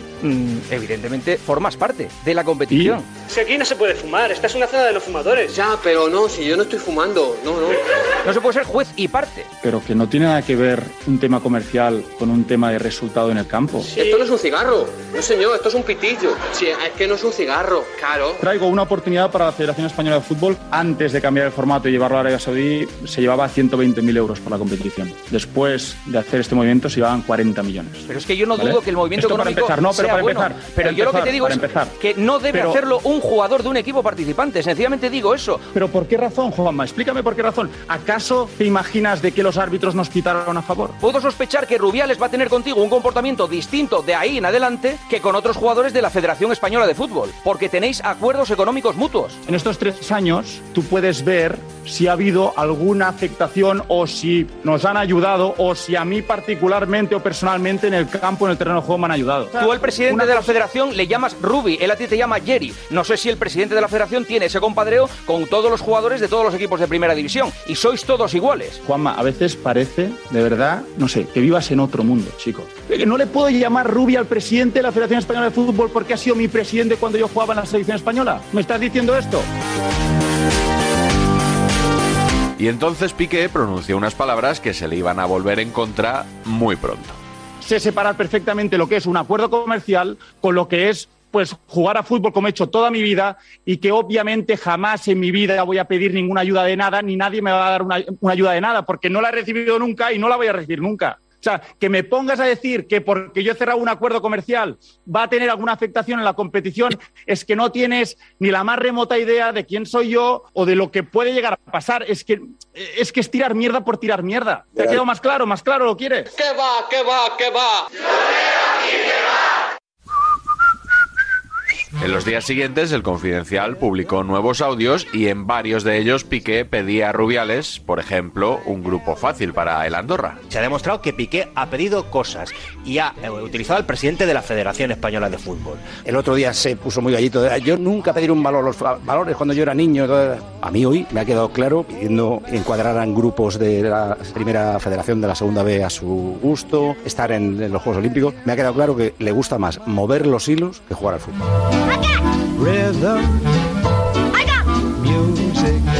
Speaker 15: evidentemente, formas parte de la competición.
Speaker 2: Si aquí no se puede fumar, esta es una zona de los fumadores. Ya, pero no, si yo no estoy fumando, no, no.
Speaker 15: No se puede ser juez y parte.
Speaker 16: Pero que no tiene nada que ver un tema comercial con un tema de resultado en el campo.
Speaker 2: Esto no es un cigarro. No, señor, esto es un pitillo. Sí, es que no es un cigarro, claro.
Speaker 16: Traigo una oportunidad para la Federación Española de Fútbol. Antes de cambiar el formato y llevarlo a Arabia Saudí, se llevaba 120.000 euros por la competición. Después de hacer este movimiento, se llevaban 40 millones.
Speaker 15: Pero es que yo no
Speaker 16: ¿Vale?
Speaker 15: dudo que el movimiento
Speaker 16: Esto para
Speaker 15: económico
Speaker 16: empezar, no, pero
Speaker 15: sea
Speaker 16: para
Speaker 15: bueno.
Speaker 16: empezar,
Speaker 15: pero
Speaker 16: para
Speaker 15: yo lo que
Speaker 16: empezar,
Speaker 15: te digo
Speaker 16: para
Speaker 15: es
Speaker 16: empezar.
Speaker 15: que no debe
Speaker 16: Pero-
Speaker 15: hacerlo un jugador de un equipo participante. Sencillamente digo eso.
Speaker 16: Pero ¿por qué razón, Juanma? Explícame por qué razón. ¿Acaso te imaginas de que los árbitros nos pitaron a favor?
Speaker 15: Puedo sospechar que Rubiales va a tener contigo un comportamiento distinto de ahí en adelante que con otros jugadores de la Federación Española de Fútbol, porque tenéis acuerdos económicos mutuos.
Speaker 16: En estos tres años tú puedes ver si ha habido alguna afectación o si nos han ayudado o si a mí particularmente o personalmente en el campo, en el terreno de juego me han ayudado.
Speaker 15: Tú al presidente de la federación le llamas Ruby, él a ti te llama Jerry. No sé si el presidente de la federación tiene ese compadreo con todos los jugadores de todos los equipos de primera división y sois todos iguales.
Speaker 16: Juanma, a veces parece, de verdad, no sé, que vivas en otro mundo, chico. Eh, No le puedo llamar rubia al presidente de la Federación Española de Fútbol porque ha sido mi presidente cuando yo jugaba en la selección española. ¿Me estás diciendo esto?
Speaker 9: Y entonces Piqué pronunció unas palabras que se le iban a volver en contra muy pronto.
Speaker 16: sé separar perfectamente lo que es un acuerdo comercial con lo que es pues jugar a fútbol como he hecho toda mi vida y que obviamente jamás en mi vida voy a pedir ninguna ayuda de nada ni nadie me va a dar una, una ayuda de nada porque no la he recibido nunca y no la voy a recibir nunca. O sea, que me pongas a decir que porque yo he cerrado un acuerdo comercial va a tener alguna afectación en la competición es que no tienes ni la más remota idea de quién soy yo o de lo que puede llegar a pasar. Es que es, que es tirar mierda por tirar mierda. ¿Te ha quedado más claro? ¿Más claro lo quieres?
Speaker 2: ¿Qué va, qué va, qué va?
Speaker 9: En los días siguientes, el Confidencial publicó nuevos audios y en varios de ellos Piqué pedía a Rubiales, por ejemplo, un grupo fácil para el Andorra.
Speaker 22: Se ha demostrado que Piqué ha pedido cosas y ha eh, utilizado al presidente de la Federación Española de Fútbol.
Speaker 21: El otro día se puso muy gallito. de, Yo nunca pediré un valor, los fa- valores cuando yo era niño. todas esas". A mí hoy me ha quedado claro pidiendo encuadraran grupos de la primera federación de la segunda B a su gusto, estar en, en los Juegos Olímpicos. Me ha quedado claro que le gusta más mover los hilos que jugar al fútbol.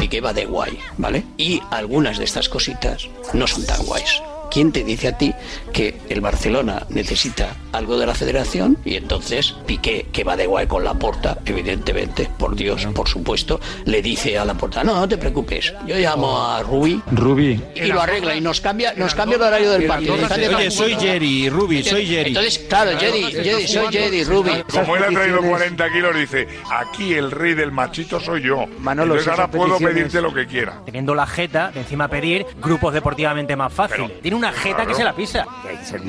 Speaker 5: Piqué va de guay, ¿vale? Y algunas de estas cositas no son tan guays. ¿Quién te dice a ti que el Barcelona necesita algo de la federación? Y entonces Piqué, que va de guay con la porta, evidentemente, por Dios, por supuesto, le dice a la porta, no, no te preocupes, yo llamo a Rubí
Speaker 16: Rubí.
Speaker 5: y lo arregla y nos cambia, nos cambia el horario del partido.
Speaker 30: Oye,
Speaker 5: Dejadle para
Speaker 30: soy
Speaker 5: jugar.
Speaker 30: Jerry, Ruby,
Speaker 5: Entonces-
Speaker 30: soy Jerry.
Speaker 5: Entonces, claro, Jerry, Jerry, soy Jerry, Ruby.
Speaker 2: Esas
Speaker 10: Como él ha traído
Speaker 2: peticiones-
Speaker 10: 40 kilos, dice, aquí el rey del machito soy yo.
Speaker 2: Manolo,
Speaker 10: Entonces
Speaker 2: esas
Speaker 10: ahora puedo
Speaker 2: peticiones-
Speaker 10: pedirte lo que quiera.
Speaker 2: Teniendo la jeta, de encima pedir grupos deportivamente más fácil. Tiene una jeta
Speaker 10: claro.
Speaker 2: que se la pisa.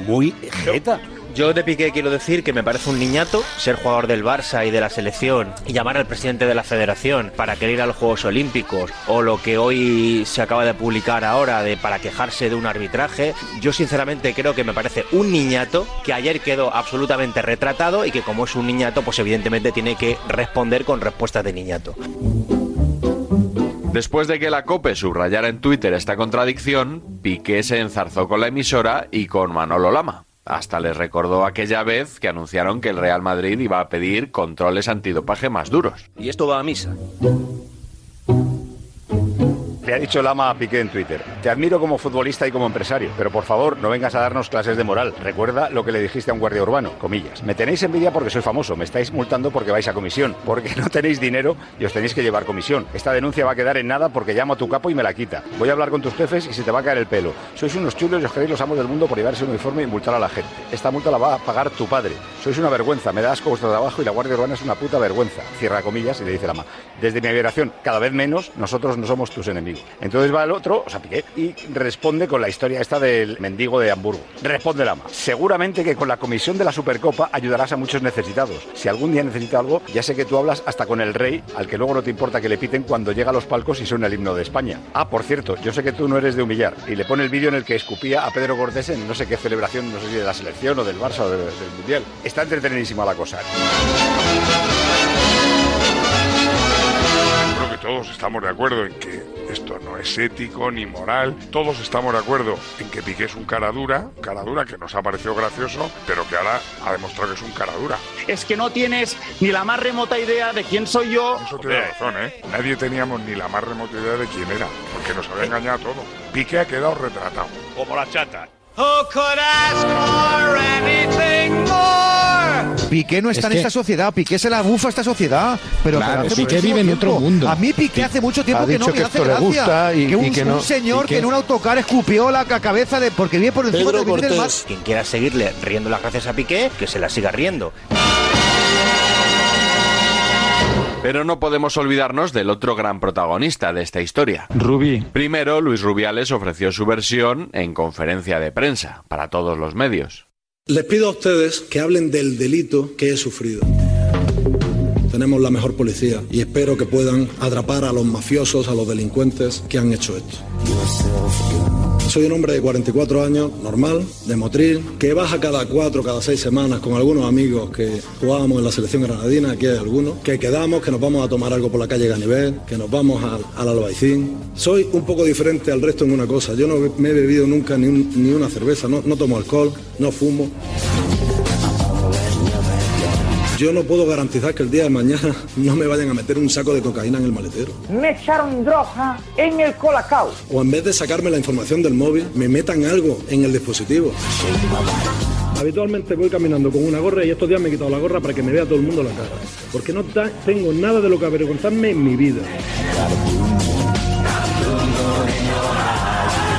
Speaker 22: Muy jeta. Yo de Piqué quiero decir que me parece un niñato ser jugador del Barça y de la selección y llamar al presidente de la federación para querer ir a los Juegos Olímpicos o lo que hoy se acaba de publicar ahora de para quejarse de un arbitraje. Yo sinceramente creo que me parece un niñato que ayer quedó absolutamente retratado y que como es un niñato pues evidentemente tiene que responder con respuestas de niñato.
Speaker 9: Después de que la COPE subrayara en Twitter esta contradicción, Piqué se enzarzó con la emisora y con Manolo Lama. Hasta les recordó aquella vez que anunciaron que el Real Madrid iba a pedir controles antidopaje más duros.
Speaker 31: Y esto va a misa.
Speaker 21: Le ha dicho Lama a Piqué en Twitter, te admiro como futbolista y como empresario, pero por favor no vengas a darnos clases de moral. Recuerda lo que le dijiste a un guardia urbano, comillas. Me tenéis envidia porque soy famoso, me estáis multando porque vais a comisión, porque no tenéis dinero y os tenéis que llevar comisión. Esta denuncia va a quedar en nada porque llamo a tu capo y me la quita. Voy a hablar con tus jefes y se te va a caer el pelo. Sois unos chulos y os creéis los amos del mundo por llevarse un uniforme y multar a la gente. Esta multa la va a pagar tu padre. Sois una vergüenza, me da asco vuestro trabajo y la Guardia Urbana es una puta vergüenza. Cierra comillas y le dice la ama. Desde mi liberación, cada vez menos, nosotros no somos tus enemigos. Entonces va el otro, o sea, Piqué, y responde con la historia esta del mendigo de Hamburgo. Responde la ama. Seguramente que con la comisión de la Supercopa ayudarás a muchos necesitados. Si algún día necesita algo, ya sé que tú hablas hasta con el rey, al que luego no te importa que le piten cuando llega a los palcos y suena el himno de España. Ah, por cierto, yo sé que tú no eres de humillar. Y le pone el vídeo en el que escupía a Pedro Cortés en no sé qué celebración, no sé si de la selección o del Barça o de- del Mundial. Está entretenidísima la cosa. ¿eh?
Speaker 10: Creo que todos estamos de acuerdo en que esto no es ético ni moral. Todos estamos de acuerdo en que Piqué es un cara dura, cara dura que nos ha parecido gracioso, pero que ahora ha demostrado que es un cara dura.
Speaker 16: Es que no tienes ni la más remota idea de quién soy yo.
Speaker 10: Eso tiene razón, ¿eh? Nadie teníamos ni la más remota idea de quién era, porque nos había engañado a todos. Piqué ha quedado retratado.
Speaker 32: Como la chata.
Speaker 12: Piqué no está
Speaker 10: Es
Speaker 12: en
Speaker 10: que-
Speaker 12: esta sociedad, Piqué se la bufa a esta sociedad. Pero
Speaker 22: Claro,
Speaker 12: pero hace
Speaker 22: Piqué
Speaker 12: muchísimo
Speaker 22: vive en otro
Speaker 12: tiempo.
Speaker 22: mundo.
Speaker 12: A mí Piqué
Speaker 22: Pi-
Speaker 12: hace mucho tiempo
Speaker 22: ha
Speaker 12: que no
Speaker 22: dicho
Speaker 12: me
Speaker 22: que
Speaker 12: hace
Speaker 22: esto le
Speaker 12: gracia.
Speaker 22: gusta y-
Speaker 12: que un,
Speaker 22: y que
Speaker 12: un
Speaker 22: no-
Speaker 12: señor
Speaker 22: y que-
Speaker 12: que en un autocar escupió la ca- cabeza de porque vive por encima
Speaker 22: Pedro
Speaker 12: del bien del mar.
Speaker 22: Cortés. Quien quiera seguirle riendo las gracias a Piqué, que se la siga riendo.
Speaker 9: Pero no podemos olvidarnos del otro gran protagonista de esta historia.
Speaker 33: Rubí.
Speaker 9: Primero, Luis Rubiales ofreció su versión en conferencia de prensa, para todos los medios.
Speaker 18: Les pido a ustedes que hablen del delito que he sufrido. Tenemos la mejor policía y espero que puedan atrapar a los mafiosos, a los delincuentes que han hecho esto. Soy un hombre de 44 años, normal, de Motril, que baja cada cuatro, cada seis semanas con algunos amigos que jugábamos en la selección granadina, aquí hay algunos, que quedamos, que nos vamos a tomar algo por la calle Ganivet, que nos vamos al, al Albaicín. Soy un poco diferente al resto en una cosa, yo no me he bebido nunca ni, un- ni una cerveza, no, no tomo alcohol, no fumo. Yo no puedo garantizar que el día de mañana no me vayan a meter un saco de cocaína en el maletero.
Speaker 34: Me echaron droga en el colacao.
Speaker 18: O en vez de sacarme la información del móvil, me metan algo en el dispositivo. Habitualmente voy caminando con una gorra y estos días me he quitado la gorra para que me vea todo el mundo la cara. Porque no ta- tengo nada de lo que avergonzarme en mi vida.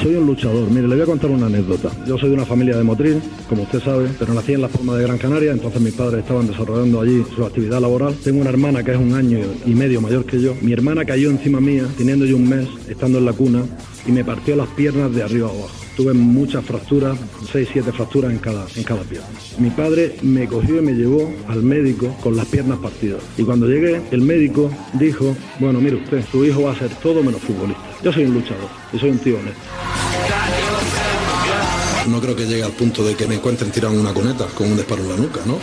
Speaker 18: Soy un luchador. Mire, le voy a contar una anécdota. Yo soy de una familia de Motril, como usted sabe, pero nací en la forma de Gran Canaria, entonces mis padres estaban desarrollando allí su actividad laboral. Tengo una hermana que es un año y medio mayor que yo. Mi hermana cayó encima mía, teniendo yo un mes, estando en la cuna, y me partió las piernas de arriba a abajo. Tuve muchas fracturas, 6, 7 fracturas en cada, en cada pierna. Mi padre me cogió y me llevó al médico con las piernas partidas. Y cuando llegué, el médico dijo, bueno, mire usted, su hijo va a ser todo menos futbolista. Yo soy un luchador y soy un tío honesto. No creo que llegue al punto de que me encuentren tirado en una cuneta con un disparo en la nuca, ¿no?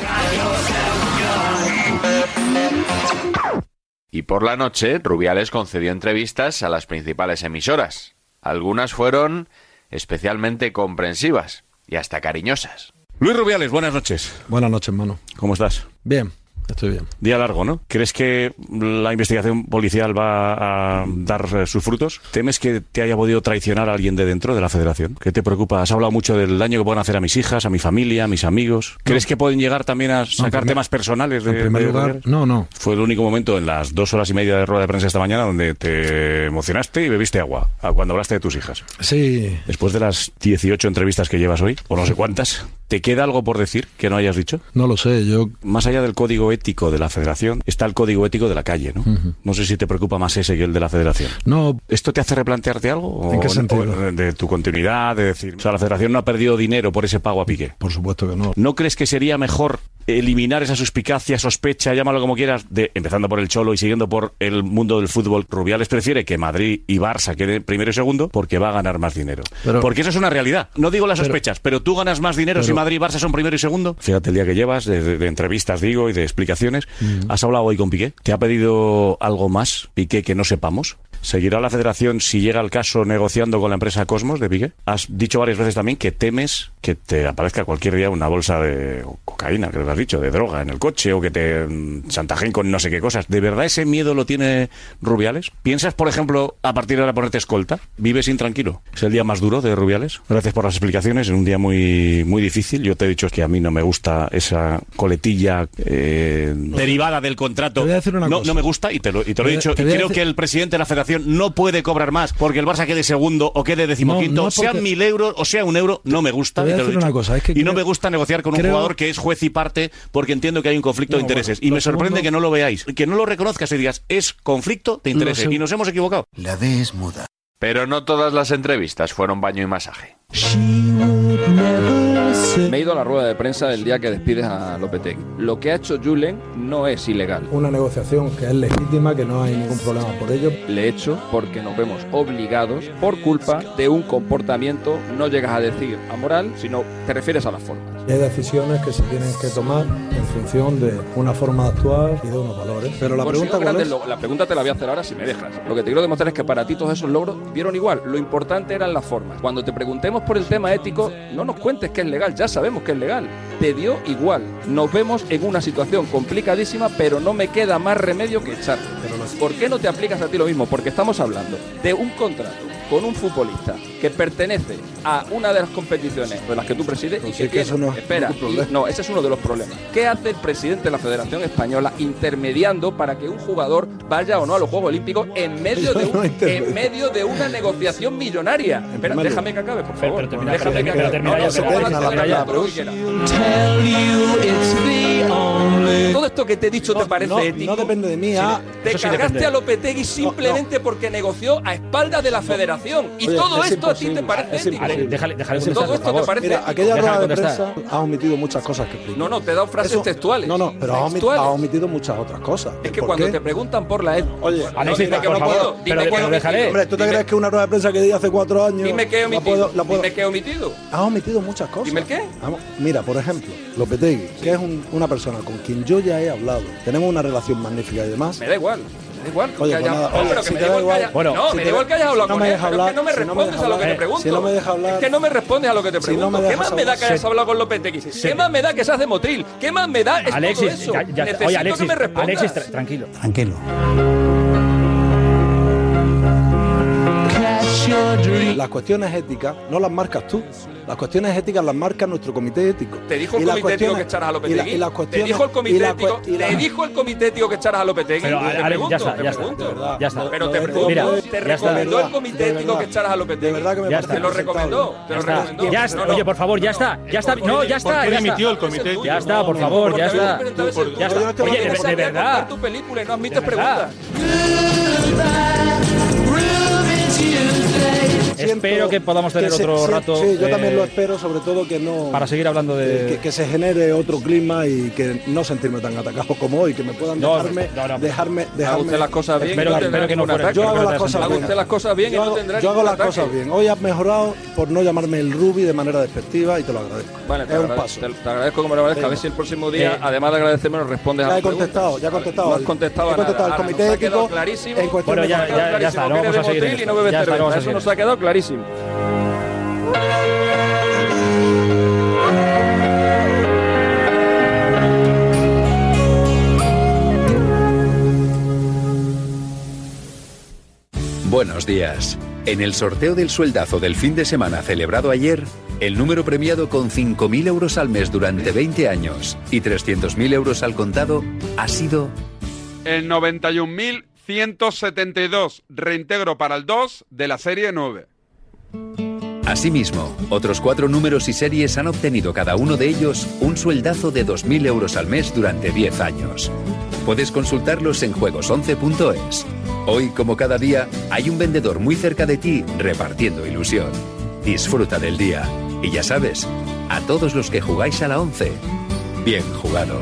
Speaker 9: Y por la noche, Rubiales concedió entrevistas a las principales emisoras. Algunas fueron especialmente comprensivas y hasta cariñosas.
Speaker 24: Luis Rubiales, buenas noches. Buenas noches, mano. ¿Cómo estás?
Speaker 18: Bien, estoy bien.
Speaker 24: Día largo, ¿no? ¿Crees que la investigación policial va a dar eh, sus frutos? ¿Temes que te haya podido traicionar alguien de dentro de la federación? ¿Qué te preocupa? Has hablado mucho del daño que pueden hacer a mis hijas, a mi familia, a mis amigos. ¿Crees que pueden llegar también a sacar primer- temas personales de en primer de lugar, Rubiales? No, no. Fue el único momento en las dos horas y media de rueda de prensa esta mañana donde te emocionaste y bebiste agua a cuando hablaste de tus hijas.
Speaker 18: Sí,
Speaker 24: Después de las 18 entrevistas que llevas hoy, o no sé cuántas, ¿te queda algo por decir que no hayas dicho?
Speaker 18: no lo sé, yo...
Speaker 24: Más allá del código ético de la federación, está el código ético de la calle, ¿no?
Speaker 18: Ujú.
Speaker 24: No sé si te preocupa más ese que el de la federación.
Speaker 18: No,
Speaker 24: ¿Esto te hace replantearte algo? ¿O-
Speaker 18: ¿En qué
Speaker 24: o
Speaker 18: sentido?
Speaker 24: de tu continuidad, de decir, o sea, la federación no ha perdido dinero por ese pago a Piqué.
Speaker 18: por supuesto que no.
Speaker 24: ¿No crees que sería mejor eliminar esa suspicacia, sospecha, llámalo como quieras, de empezando por el Cholo y siguiendo por el mundo del fútbol? Rubiales prefiere que Madrid y Barça queden primero y segundo porque va a ganar más dinero.
Speaker 18: Pero-
Speaker 24: porque eso es una realidad. No digo las Pero- sospechas, pero, tú ganas más dinero si pero- Madrid y Barça son primero y segundo. Fíjate el día que llevas de, de- de entrevistas, digo, y de explicaciones. ¿Has hablado hoy con Piqué? ¿Te ha pedido algo más, Piqué, que no sepamos? ¿Seguirá la federación, si llega el caso, negociando con la empresa Cosmos de Piqué? Has dicho varias veces también que temes que te aparezca cualquier día una bolsa de cocaína, creo que has dicho, de droga en el coche o que te mm, chantajen con no sé qué cosas. ¿De verdad ese miedo lo tiene Rubiales? ¿Piensas, por ejemplo, a partir de ahora ponerte escolta? ¿Vives intranquilo? ¿Es el día más duro de Rubiales? Gracias por las explicaciones. En un día muy, muy difícil, yo te he dicho que a mí no me gusta esa coletilla eh, derivada del contrato.
Speaker 18: decir una
Speaker 24: no,
Speaker 18: cosa.
Speaker 24: no me gusta y te lo, y te lo he
Speaker 18: Te-
Speaker 24: dicho.
Speaker 18: te
Speaker 24: Y
Speaker 18: voy a
Speaker 24: creo
Speaker 18: decir-
Speaker 24: que el presidente de la federación federación no puede cobrar más porque el Barça quede segundo o quede decimoquinto,
Speaker 1: No, no,
Speaker 24: sean
Speaker 1: porque-
Speaker 24: mil euros o sea un euro, no me gusta.
Speaker 1: Te voy a
Speaker 24: y te lo he
Speaker 1: decir una
Speaker 24: dicho.
Speaker 1: cosa, es que
Speaker 24: y no
Speaker 1: creo-
Speaker 24: me gusta negociar con un
Speaker 1: creo-
Speaker 24: jugador que es juez y parte porque entiendo que hay un conflicto de
Speaker 1: No,
Speaker 24: intereses.
Speaker 1: bueno,
Speaker 24: y
Speaker 1: lo
Speaker 24: me sorprende
Speaker 1: segundo-
Speaker 24: que no lo veáis, que no lo reconozcas y digas, es conflicto de
Speaker 19: Lo
Speaker 24: intereses.
Speaker 19: seg-
Speaker 24: Y nos hemos equivocado.
Speaker 19: La D es muda. Pero no todas las entrevistas fueron baño y masaje.
Speaker 8: Me he ido a la rueda de prensa del día que despides a Lopetegui. Lo que ha hecho Julen no es ilegal.
Speaker 18: Una negociación que es legítima, que no hay ningún problema por ello.
Speaker 8: Le he hecho porque nos vemos obligados por culpa de un comportamiento, no llegas a decir a moral, sino te refieres a la forma.
Speaker 18: Y hay decisiones que se tienen que tomar en función de una forma de actuar y de unos valores. Pero la
Speaker 8: Consiguió
Speaker 18: pregunta cuál
Speaker 8: Pues grandes
Speaker 18: es?
Speaker 8: logros. La pregunta te la voy a hacer ahora si me dejas. Lo que te quiero demostrar es que para ti todos esos logros dieron igual. Lo importante eran las formas. Cuando te preguntemos por el tema ético, no nos cuentes que es legal. Ya sabemos que es legal. Te dio igual. Nos vemos en una situación complicadísima, pero no me queda más remedio que echarte. ¿Por qué no te aplicas a ti lo mismo? Porque estamos hablando de un contrato con un futbolista que pertenece a una de las competiciones de las que tú presides y
Speaker 18: si
Speaker 8: que
Speaker 18: Pues es que
Speaker 8: tiene,
Speaker 18: eso no es
Speaker 8: espera,
Speaker 18: ningún problema.
Speaker 8: y- no, ese es uno de los problemas. ¿Qué hace el presidente de la Federación Española intermediando para que un jugador vaya o no a los Juegos Olímpicos en medio de, un- en medio de una negociación millonaria? Espera,
Speaker 18: primer
Speaker 8: déjame que acabe, por favor.
Speaker 18: termina,
Speaker 8: déjame que
Speaker 18: pero termina,
Speaker 8: acabe.
Speaker 18: pero
Speaker 8: No, no,
Speaker 18: termina
Speaker 8: se
Speaker 18: ya,
Speaker 8: puede
Speaker 18: pero termina
Speaker 8: lanzar
Speaker 18: ya,
Speaker 8: la
Speaker 18: pero-
Speaker 8: quiera. Todo esto que te he dicho te parece
Speaker 18: no,
Speaker 8: ético.
Speaker 18: no depende de mí. ah.
Speaker 8: Te
Speaker 18: Eso sí
Speaker 8: cargaste
Speaker 18: depende.
Speaker 8: a Lopetegui simplemente porque negoció a espaldas de la federación. Y
Speaker 18: Oye,
Speaker 8: todo
Speaker 18: es
Speaker 8: esto a ti te
Speaker 18: imposible,
Speaker 8: parece
Speaker 18: es
Speaker 8: ético.
Speaker 18: imposible.
Speaker 8: Todo esto te parece
Speaker 18: Mira,
Speaker 8: ético.
Speaker 18: aquella rueda de prensa ha omitido muchas cosas que explico.
Speaker 8: No, no, te he dado frases
Speaker 18: Eso-
Speaker 8: textuales.
Speaker 18: No, no, pero ha omitido,
Speaker 8: Textuales.
Speaker 18: ha omitido muchas otras cosas.
Speaker 8: Es que
Speaker 18: ¿Por
Speaker 8: cuando
Speaker 18: qué?
Speaker 8: te preguntan por la ética. Oye,
Speaker 18: Alexis, por favor,
Speaker 8: Dime que he omitido.
Speaker 18: Hombre, ¿tú te
Speaker 8: Dime-
Speaker 18: crees que una rueda de prensa que di hace cuatro años.
Speaker 8: Dime que he
Speaker 18: la
Speaker 8: omitido.
Speaker 18: puedo- la puedo-
Speaker 8: Dime que he omitido.
Speaker 18: Ha omitido muchas cosas.
Speaker 8: Dime el qué.
Speaker 18: Vamos, Mira, por ejemplo, Lopetegui, que es un- una persona con quien yo ya he hablado, tenemos una relación magnífica y demás.
Speaker 8: Me da igual. Me da igual que
Speaker 18: Oye,
Speaker 8: haya-
Speaker 18: pues nada,
Speaker 8: No,
Speaker 18: oye,
Speaker 8: pero que
Speaker 18: si
Speaker 8: me
Speaker 18: te
Speaker 8: da
Speaker 18: da
Speaker 8: igual que haya-
Speaker 18: igual- Bueno,
Speaker 8: No, me
Speaker 18: si te
Speaker 8: da
Speaker 18: da-
Speaker 8: igual que hayas
Speaker 18: si
Speaker 8: hablado
Speaker 18: no
Speaker 8: con
Speaker 18: me
Speaker 8: él,
Speaker 18: dejas
Speaker 8: pero es que
Speaker 18: hablar,
Speaker 8: no me
Speaker 18: si no me
Speaker 8: respondes
Speaker 18: dejas
Speaker 8: a lo que te
Speaker 18: hablar,
Speaker 8: pregunto.
Speaker 18: si no me dejas hablar-
Speaker 8: Es que no me respondes a lo que te
Speaker 18: Si no
Speaker 8: pregunto.
Speaker 18: me
Speaker 8: ¿Qué
Speaker 18: dejas
Speaker 8: más me da que
Speaker 18: hablar-
Speaker 8: hayas
Speaker 18: se-
Speaker 8: hablado con Lopetegui? ¿Qué más me da que seas de Motril? ¿Qué más me da es
Speaker 1: Alexis,
Speaker 8: todo eso?
Speaker 1: ya- ya-
Speaker 8: Necesito
Speaker 1: oye, Alexis,
Speaker 8: que me respondas.
Speaker 1: Alexis, tra- tranquilo.
Speaker 18: Tranquilo. Las cuestiones éticas no las marcas tú. Las cuestiones éticas las marca nuestro comité ético.
Speaker 8: Te dijo el
Speaker 18: Y
Speaker 8: comité
Speaker 18: las
Speaker 8: ético
Speaker 18: cuestiones-
Speaker 8: que echaras a
Speaker 18: y
Speaker 8: Lopetegui.
Speaker 18: la- y las
Speaker 8: te
Speaker 18: cuestiones-
Speaker 8: dijo el
Speaker 18: y
Speaker 8: comité
Speaker 18: las
Speaker 8: ético.
Speaker 18: cue- y
Speaker 8: Te
Speaker 18: las-
Speaker 8: dijo el comité ético que echaras a Lopetegui.
Speaker 1: Pero,
Speaker 8: te
Speaker 1: Ale- Ale,
Speaker 8: pregunto,
Speaker 1: ya está,
Speaker 8: te
Speaker 1: ya está,
Speaker 8: pregunto.
Speaker 1: de verdad. Ya está.
Speaker 8: Pero te
Speaker 1: Lo- lo-
Speaker 8: preguntó,
Speaker 1: mira,
Speaker 8: te
Speaker 1: ya está.
Speaker 8: recomendó el
Speaker 1: De
Speaker 8: comité ético
Speaker 1: verdad.
Speaker 8: que echaras a Lopetegui. De verdad
Speaker 1: Ya está.
Speaker 8: Te lo recomendó. Te
Speaker 1: Ya
Speaker 8: lo
Speaker 1: está.
Speaker 8: recomendó.
Speaker 1: Ya está.
Speaker 8: No, no.
Speaker 1: Oye, por favor, ya está. Ya está. No, ya está.
Speaker 8: qué
Speaker 1: ya está.
Speaker 8: dimitió el comité?
Speaker 1: Ya está, por favor, ya está. Ya está. Oye, de- de, verdad.
Speaker 8: tu película y no admites preguntas.
Speaker 1: Espero que podamos tener
Speaker 18: que se-
Speaker 1: otro
Speaker 18: sí,
Speaker 1: rato.
Speaker 18: Sí, yo también
Speaker 1: eh,
Speaker 18: lo espero, sobre todo que no.
Speaker 1: Para seguir hablando de.
Speaker 18: Que, que se genere otro clima y que no sentirme tan atacado como hoy, que me puedan
Speaker 1: No,
Speaker 18: dejarme,
Speaker 1: no, no.
Speaker 18: dejarme, dejarme.
Speaker 8: Haga usted las cosas bien.
Speaker 18: Espero-
Speaker 8: y no
Speaker 18: espero
Speaker 8: tendrá
Speaker 18: que no
Speaker 8: ningún
Speaker 18: fuera-
Speaker 8: ataque.
Speaker 18: yo hago las cosas
Speaker 8: Haga
Speaker 18: bien.
Speaker 8: usted las cosas bien y
Speaker 18: Yo
Speaker 8: no
Speaker 18: hago,
Speaker 8: tendrá
Speaker 18: yo hago
Speaker 8: ningún
Speaker 18: las
Speaker 8: ataque.
Speaker 18: cosas bien. Hoy has mejorado por no llamarme el Ruby de manera despectiva y te lo agradezco.
Speaker 8: Vale, te,
Speaker 18: es un
Speaker 8: agrade-
Speaker 18: paso.
Speaker 8: te- te agradezco como lo agradezco. A ver
Speaker 18: Venga.
Speaker 8: si el próximo día,
Speaker 18: Eh,
Speaker 8: además de agradecerme, nos respondes a
Speaker 18: Ya
Speaker 8: las
Speaker 18: he contestado, ya he contestado.
Speaker 8: No has contestado
Speaker 18: He
Speaker 8: a nada.
Speaker 18: contestado al
Speaker 8: Ahora,
Speaker 18: comité
Speaker 8: nos ha quedado
Speaker 18: ético
Speaker 8: clarísimo.
Speaker 18: en cuestión Bueno, de ya- marcas. ya- ya
Speaker 8: Clarísimo
Speaker 18: está, no
Speaker 8: que
Speaker 18: vamos
Speaker 8: eres
Speaker 18: a seguir
Speaker 8: motril
Speaker 18: en
Speaker 8: y
Speaker 18: esto.
Speaker 8: no bebes
Speaker 18: Ya está, no
Speaker 8: cerveza.
Speaker 18: vamos a
Speaker 8: Eso
Speaker 18: seguir
Speaker 8: nos
Speaker 18: en
Speaker 8: ha quedado clarísimo.
Speaker 35: Buenos días. En el sorteo del sueldazo del fin de semana celebrado ayer, el número premiado con 5.000 euros al mes durante 20 años y 300.000 euros al contado ha sido
Speaker 13: El 91.172, reintegro para el 2 de la serie 9.
Speaker 35: Asimismo, otros cuatro números y series han obtenido cada uno de ellos un sueldazo de 2.000 euros al mes durante 10 años. Puedes consultarlos en juegos11.es. Hoy, como cada día, hay un vendedor muy cerca de ti repartiendo ilusión. Disfruta del día. Y ya sabes, a todos los que jugáis a la 11, bien jugado.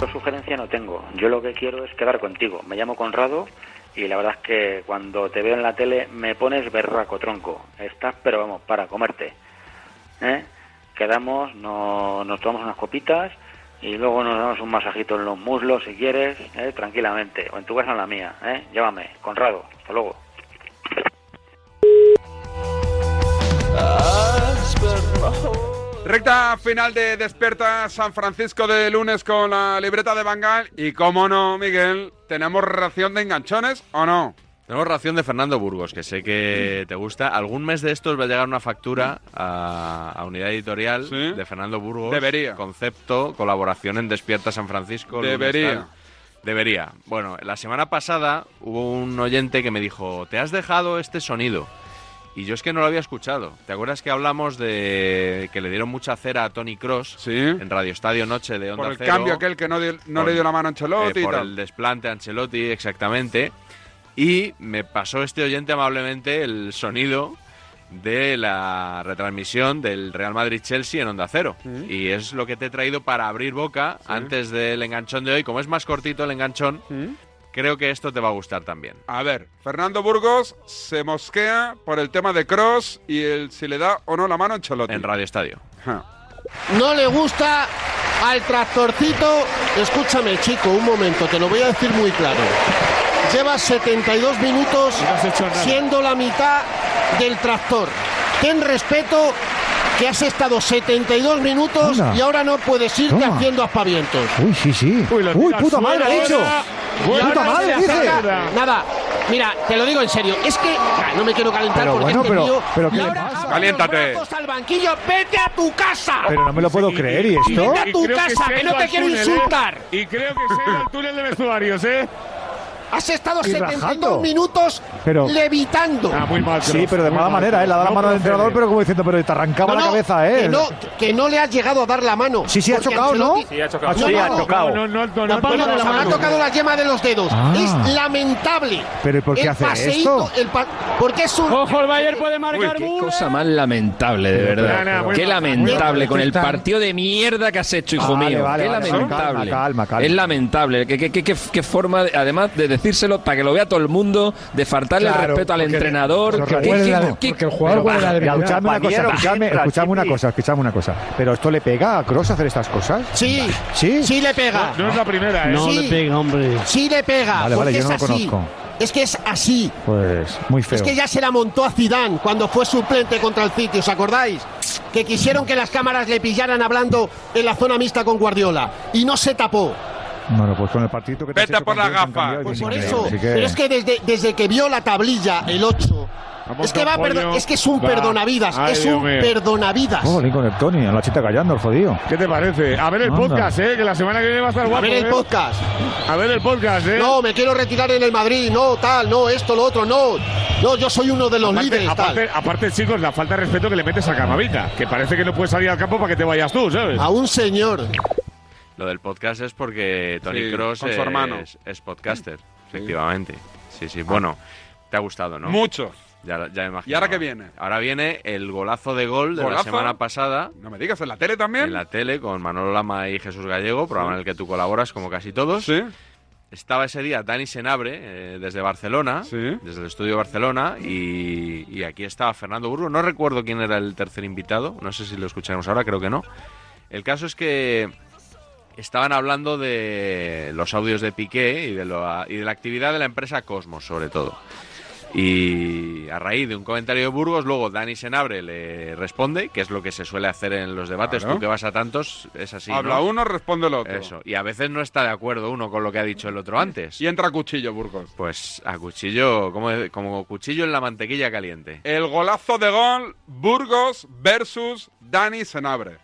Speaker 36: Yo sugerencia no tengo. Yo lo que quiero es quedar contigo. Me llamo Conrado y la verdad es que cuando te veo en la tele me pones berraco, tronco. Estás, pero vamos, para comerte. ¿Eh? Quedamos, no- nos tomamos unas copitas y luego nos damos un masajito en los muslos si quieres, ¿eh? tranquilamente. O en tu casa o en la mía. ¿eh? Llévame, Conrado. Hasta luego.
Speaker 4: Recta final de Desperta San Francisco de lunes con la libreta de Bangal. Y cómo no, Miguel, ¿tenemos ración de enganchones o no?
Speaker 9: Tenemos ración de Fernando Burgos, que sé que te gusta. Algún mes de estos va a llegar una factura a, a unidad editorial de Fernando Burgos.
Speaker 4: Debería.
Speaker 9: Concepto, colaboración en Despierta San Francisco. lunes,
Speaker 4: Debería.
Speaker 9: tal. Debería. Bueno, la semana pasada hubo un oyente que me dijo, ¿te has dejado este sonido? Y yo es que no lo había escuchado. ¿Te acuerdas que hablamos de que le dieron mucha cera a Tony Cross en Radio Estadio Noche de Onda
Speaker 4: Por el
Speaker 9: Cero?
Speaker 4: cambio aquel que no, dio- no
Speaker 9: Por-
Speaker 4: le dio la mano a Ancelotti
Speaker 9: eh,
Speaker 4: y
Speaker 9: por
Speaker 4: tal.
Speaker 9: el desplante a Ancelotti, exactamente. Y me pasó este oyente amablemente el sonido de la retransmisión del Real Madrid-Chelsea en Onda Cero.
Speaker 4: Mm.
Speaker 9: Y es lo que te he traído para abrir boca antes del enganchón de hoy. Como es más cortito el enganchón,
Speaker 4: Mm.
Speaker 9: creo que esto te va a gustar también.
Speaker 4: A ver, Fernando Burgos se mosquea por el tema de Cross y el si le da o no la mano a Ancelotti. En
Speaker 9: Radio Estadio.
Speaker 2: No le gusta al tractorcito. Escúchame, chico, un momento, te lo voy a decir muy claro. Llevas 72 minutos siendo la mitad del tractor. Ten respeto que has estado 72 minutos
Speaker 21: Anda.
Speaker 2: y ahora no puedes irte
Speaker 10: Ah.
Speaker 21: Toma.
Speaker 2: haciendo aspavientos.
Speaker 21: Uy, sí, sí. Uy,
Speaker 2: Mira,
Speaker 21: puta
Speaker 2: suena
Speaker 21: madre, ha dicho.
Speaker 2: ahora. Y
Speaker 21: Puta
Speaker 2: ahora
Speaker 21: madre,
Speaker 2: se
Speaker 21: dice.
Speaker 2: acerca. Nada, mira, te lo digo en serio. Es que ah, no me quiero calentar
Speaker 21: Pero
Speaker 2: porque
Speaker 21: bueno,
Speaker 2: este
Speaker 21: pero-
Speaker 2: tío
Speaker 21: pero ¿qué
Speaker 2: le
Speaker 21: le
Speaker 2: habrá
Speaker 21: pasa?
Speaker 2: dado
Speaker 4: Caliéntate.
Speaker 2: los brazos al banquillo, vete a tu casa.
Speaker 21: Pero no me lo puedo creer, ¿y esto?
Speaker 2: Vete a tu casa, que no te quiero insultar.
Speaker 10: ¿eh? Y creo que se ha ido al túnel de vestuarios, ¿eh?
Speaker 2: Has estado
Speaker 10: Y
Speaker 2: 72
Speaker 10: rajando.
Speaker 2: minutos
Speaker 21: Pero-
Speaker 2: levitando.
Speaker 21: Sí, pero de mala manera, ¿eh? Le da la mano al entrenador, pero como diciendo, pero te arrancaba
Speaker 2: No,
Speaker 21: la
Speaker 2: no,
Speaker 21: cabeza, ¿eh?
Speaker 2: Que no, que no le has llegado a dar la mano.
Speaker 21: Sí, sí, ha
Speaker 2: Porque
Speaker 21: chocado, ¿no?
Speaker 2: Ancelotti-
Speaker 21: Sí, ha chocado. Sí, ha chocado. No, no, no, no,
Speaker 2: La palma
Speaker 21: no, no,
Speaker 2: de la
Speaker 21: no,
Speaker 2: mano.
Speaker 21: no.
Speaker 2: Ha tocado la yema de los dedos.
Speaker 21: Ah.
Speaker 2: Es lamentable.
Speaker 21: Pero ¿y por qué
Speaker 2: El
Speaker 21: hace
Speaker 2: paseíto,
Speaker 21: esto?
Speaker 2: el pa- Porque es un. Ojo, el Bayern puede marcar
Speaker 8: Cosa más lamentable, de verdad.
Speaker 21: Ana, muy
Speaker 8: Qué
Speaker 21: mal, muy
Speaker 8: lamentable
Speaker 21: mal.
Speaker 8: con el
Speaker 21: Están-
Speaker 8: partido de mierda que has hecho, hijo
Speaker 21: Vale,
Speaker 8: mío.
Speaker 21: vale,
Speaker 8: Qué
Speaker 21: vale,
Speaker 8: lamentable.
Speaker 21: calma, calma, calma.
Speaker 8: Es lamentable. Qué, qué- qué- qué- qué forma, de- además de decírselo para que lo vea todo el mundo, de faltarle el
Speaker 21: Claro,
Speaker 8: respeto al
Speaker 21: porque-
Speaker 8: entrenador.
Speaker 21: porque
Speaker 8: ¿Qué-
Speaker 21: huele
Speaker 8: qué-
Speaker 21: la de-
Speaker 8: qué-
Speaker 21: porque el jugador
Speaker 8: Pero
Speaker 21: huele la
Speaker 8: va,
Speaker 21: de
Speaker 8: ya,
Speaker 21: escuchadme una cosa,
Speaker 8: compañero,
Speaker 21: escuchadme,
Speaker 8: siempre,
Speaker 21: escuchadme una cosa, escuchadme una cosa. ¿Pero esto le pega a Cross hacer estas cosas?
Speaker 2: Sí,
Speaker 21: sí.
Speaker 2: Sí le pega.
Speaker 21: No, no es la primera, ¿eh?
Speaker 2: No
Speaker 21: Sí.
Speaker 2: le pega, hombre. Sí le pega.
Speaker 21: Vale, vale,
Speaker 2: porque
Speaker 21: yo no
Speaker 2: es
Speaker 21: lo
Speaker 2: así.
Speaker 21: conozco.
Speaker 2: Es que es así.
Speaker 21: Pues muy feo.
Speaker 2: Es que ya se la montó a Zidane cuando fue suplente contra el City, ¿os acordáis? Que quisieron que las cámaras le pillaran hablando en la zona mixta con Guardiola y no se tapó.
Speaker 21: Bueno, pues con el partido que te has hecho
Speaker 2: por
Speaker 21: con
Speaker 2: la
Speaker 21: Dios, han
Speaker 2: gafa.
Speaker 21: cambiado,
Speaker 2: Pues
Speaker 21: es
Speaker 2: por
Speaker 21: increíble,
Speaker 2: eso,
Speaker 21: así
Speaker 2: pero es que desde, desde que vio la tablilla, el 8, es que, va a
Speaker 21: Antonio,
Speaker 2: perdo- es que es un
Speaker 21: va.
Speaker 2: perdonavidas,
Speaker 21: Ay,
Speaker 2: es
Speaker 21: Dios
Speaker 2: un
Speaker 21: mío.
Speaker 2: perdonavidas.
Speaker 21: Jolín Oh, con el Tony, a la chita callando, el jodido.
Speaker 10: ¿Qué te parece? A ver el
Speaker 21: Anda.
Speaker 10: podcast, ¿eh? Que la semana que viene va a estar
Speaker 2: A
Speaker 10: guapo.
Speaker 2: ver el
Speaker 10: ¿eh?
Speaker 2: podcast.
Speaker 10: A ver el podcast, ¿eh?
Speaker 2: No, me quiero retirar en el Madrid, no, tal, no, esto, lo otro, no. No, yo soy uno de los
Speaker 10: Aparte,
Speaker 2: líderes, tal.
Speaker 10: aparte, aparte, chicos, la falta de respeto que le metes a Camavinga, que parece que no puedes salir al campo para que te vayas tú, ¿sabes?
Speaker 2: A un señor.
Speaker 9: Lo del podcast es porque Tony
Speaker 10: Sí,
Speaker 9: Cross
Speaker 10: con
Speaker 9: es,
Speaker 10: su hermano.
Speaker 9: es podcaster, efectivamente. Sí, sí. Bueno, te ha gustado, ¿no?
Speaker 4: Ah. Mucho.
Speaker 9: Ya, ya imagino.
Speaker 4: ¿Y ahora qué viene?
Speaker 9: Ahora viene el golazo de gol de la
Speaker 4: ¿Golazo?
Speaker 9: semana pasada.
Speaker 4: No me digas, ¿en la tele también?
Speaker 9: En la tele con Manolo Lama y Jesús Gallego, programa en el que tú colaboras como casi todos. Estaba ese día Dani Senabre eh, desde Barcelona, desde el estudio de Barcelona, y, y aquí estaba Fernando Burgo. No recuerdo quién era el tercer invitado, no sé si lo escucharemos ahora, creo que no. El caso es que estaban hablando de los audios de Piqué y de, lo- y de la actividad de la empresa Cosmos, sobre todo. Y a raíz de un comentario de Burgos, luego Dani Senabre le responde, que es lo que se suele hacer en los debates.
Speaker 4: Claro.
Speaker 9: Tú que vas a tantos, es así.
Speaker 4: Habla
Speaker 9: ¿no?
Speaker 4: uno, responde el otro.
Speaker 9: Eso. Y a veces no está de acuerdo uno con lo que ha dicho el otro antes.
Speaker 4: Y entra a cuchillo, Burgos.
Speaker 9: Pues a cuchillo, como, como cuchillo en la mantequilla caliente.
Speaker 4: El golazo de gol, Burgos versus Dani Senabre.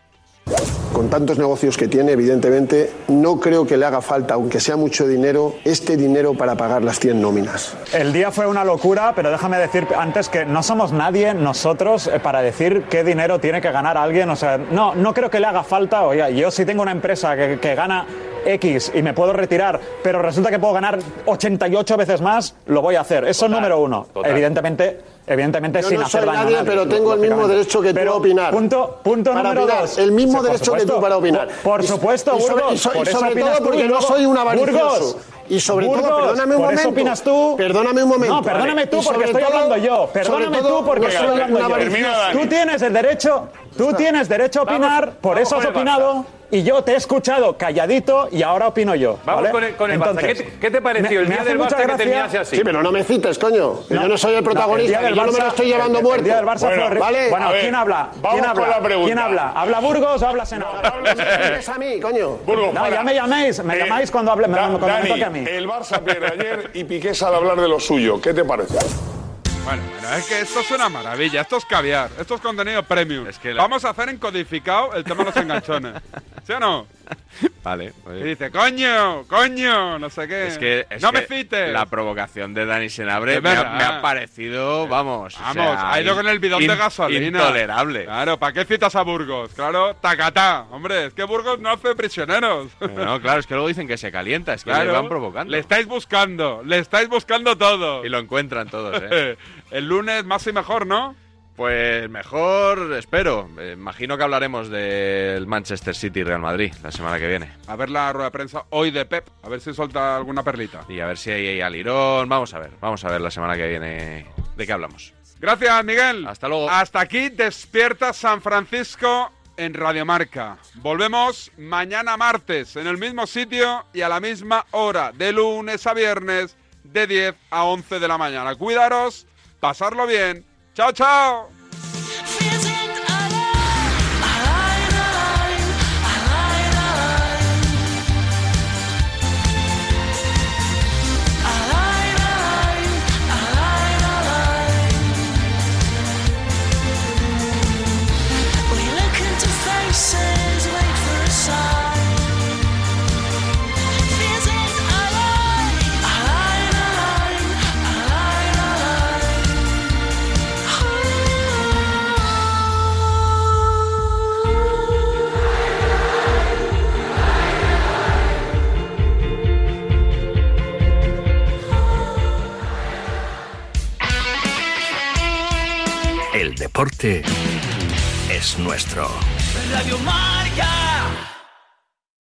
Speaker 37: Con tantos negocios que tiene, evidentemente, no creo que le haga falta, aunque sea mucho dinero, este dinero para pagar las 100 nóminas.
Speaker 16: El día fue una locura, pero déjame decir antes que no somos nadie nosotros eh, para decir qué dinero tiene que ganar alguien. O sea, no, no creo que le haga falta. Oiga, yo si tengo una empresa que, que gana X y me puedo retirar, pero resulta que puedo ganar 88 veces más, lo voy a hacer. Eso es número uno. Evidentemente, evidentemente
Speaker 37: Yo
Speaker 16: sin
Speaker 37: no
Speaker 16: hacer
Speaker 37: soy
Speaker 16: daño a
Speaker 37: nadie,
Speaker 16: nadie,
Speaker 37: pero tengo el mismo
Speaker 16: lógicamente.
Speaker 37: derecho que tú
Speaker 16: Pero
Speaker 37: a opinar.
Speaker 16: Punto, punto
Speaker 37: Para
Speaker 16: número
Speaker 37: opinar,
Speaker 16: dos.
Speaker 37: el mismo
Speaker 16: Por
Speaker 37: derecho que tú
Speaker 16: supuesto.
Speaker 37: para opinar.
Speaker 16: Por
Speaker 37: Y-
Speaker 16: supuesto,
Speaker 37: y sobre-
Speaker 16: Burgos.
Speaker 37: y so- y
Speaker 16: por eso
Speaker 37: sobre
Speaker 16: opinas
Speaker 37: todo
Speaker 16: tú y
Speaker 37: porque no
Speaker 16: luego-
Speaker 37: soy un avaricioso.
Speaker 16: Burgos,
Speaker 37: Y sobre todo,
Speaker 16: Burgos,
Speaker 37: perdóname un
Speaker 16: por
Speaker 37: momento.
Speaker 16: eso opinas tú.
Speaker 37: Perdóname un momento.
Speaker 16: No, perdóname
Speaker 37: Vale.
Speaker 16: tú
Speaker 37: Y sobre
Speaker 16: porque estoy
Speaker 37: todo-
Speaker 16: hablando yo.
Speaker 37: sobre
Speaker 16: Perdóname
Speaker 37: todo,
Speaker 16: tú porque
Speaker 37: no soy
Speaker 16: estoy
Speaker 37: un
Speaker 16: hablando yo.
Speaker 37: avaricioso.
Speaker 16: Tú tienes el derecho Tú tienes derecho a opinar, por eso has opinado. Y yo te he escuchado calladito y ahora opino yo.
Speaker 24: Vamos
Speaker 16: ¿vale?
Speaker 24: con el, con el Barça.
Speaker 16: Entonces,
Speaker 24: ¿Qué te, qué te pareció
Speaker 16: me-
Speaker 24: el
Speaker 16: me
Speaker 24: día
Speaker 16: hace
Speaker 24: del
Speaker 16: mucha
Speaker 24: Barça que
Speaker 16: gracia-
Speaker 24: terminaste así?
Speaker 2: Sí, pero no me cites, coño. que yo no soy el protagonista.
Speaker 16: no, el día
Speaker 2: que yo
Speaker 16: del
Speaker 2: no me lo
Speaker 16: Barça-
Speaker 2: estoy llevando
Speaker 16: el-
Speaker 2: muerto.
Speaker 16: El día del Barça fue horrible.
Speaker 2: ¿Vale?
Speaker 16: Bueno,
Speaker 2: A ver,
Speaker 16: ¿quién habla?
Speaker 2: Vamos
Speaker 16: ¿Quién
Speaker 2: con
Speaker 16: habla?
Speaker 2: la pregunta.
Speaker 16: ¿Quién habla? ¿Habla Burgos o habla Senado?
Speaker 2: Es a mí, coño.
Speaker 16: No, ya me llaméis, me llamáis cuando hable, me,
Speaker 10: Eh, Da-
Speaker 16: cuando me
Speaker 10: Dani,
Speaker 16: toque a mí.
Speaker 10: el Barça pierde ayer y Piqué sale a hablar de lo suyo. ¿Qué te parece?
Speaker 4: Bueno, bueno, es que esto es una maravilla, esto es caviar, esto es contenido premium. Vamos a hacer en codificado el tema de los enganchones. ¿Sí o no?
Speaker 9: Vale. pues oye.
Speaker 4: Y dice, coño, coño, no sé qué.
Speaker 9: Es que, es
Speaker 4: Eh, no
Speaker 9: que
Speaker 4: me cites.
Speaker 9: La provocación de Dani Senabre
Speaker 4: Es
Speaker 9: me ha,
Speaker 4: verdad.
Speaker 9: me ha parecido, vamos. o
Speaker 4: Vamos,
Speaker 9: sea,
Speaker 4: ha ido con el bidón de
Speaker 9: in-
Speaker 4: gasolina. Ah.
Speaker 9: Intolerable.
Speaker 4: Claro, ¿para qué citas a Burgos? Claro, tacatá. Hombre, es que Burgos no hace prisioneros.
Speaker 9: No, claro, es que luego dicen que se calienta, es que
Speaker 4: Claro.
Speaker 9: le van provocando.
Speaker 4: Le estáis buscando, le estáis buscando todo.
Speaker 9: Y lo encuentran todos, ¿eh?
Speaker 4: El lunes más y mejor, ¿no?
Speaker 9: Pues mejor, espero. Eh, imagino que hablaremos del Manchester City y Real Madrid la semana que viene.
Speaker 4: A ver la rueda de prensa hoy de Pep, a ver si suelta alguna perlita.
Speaker 9: Y a ver si hay, hay alirón. Vamos a ver, vamos a ver la semana que viene de qué hablamos.
Speaker 4: Gracias, Miguel. Hasta luego. Hasta aquí despierta San Francisco en Radiomarca. Volvemos mañana martes en el mismo sitio y a la misma hora, de lunes a viernes, de 10 a 11 de la mañana. Cuidaros, pasarlo bien. Chao, chao.
Speaker 1: We look into faces, wait for a sign. Feels it alive, alive, alive, alive, alive.
Speaker 38: El deporte es nuestro.
Speaker 1: Radio Marca.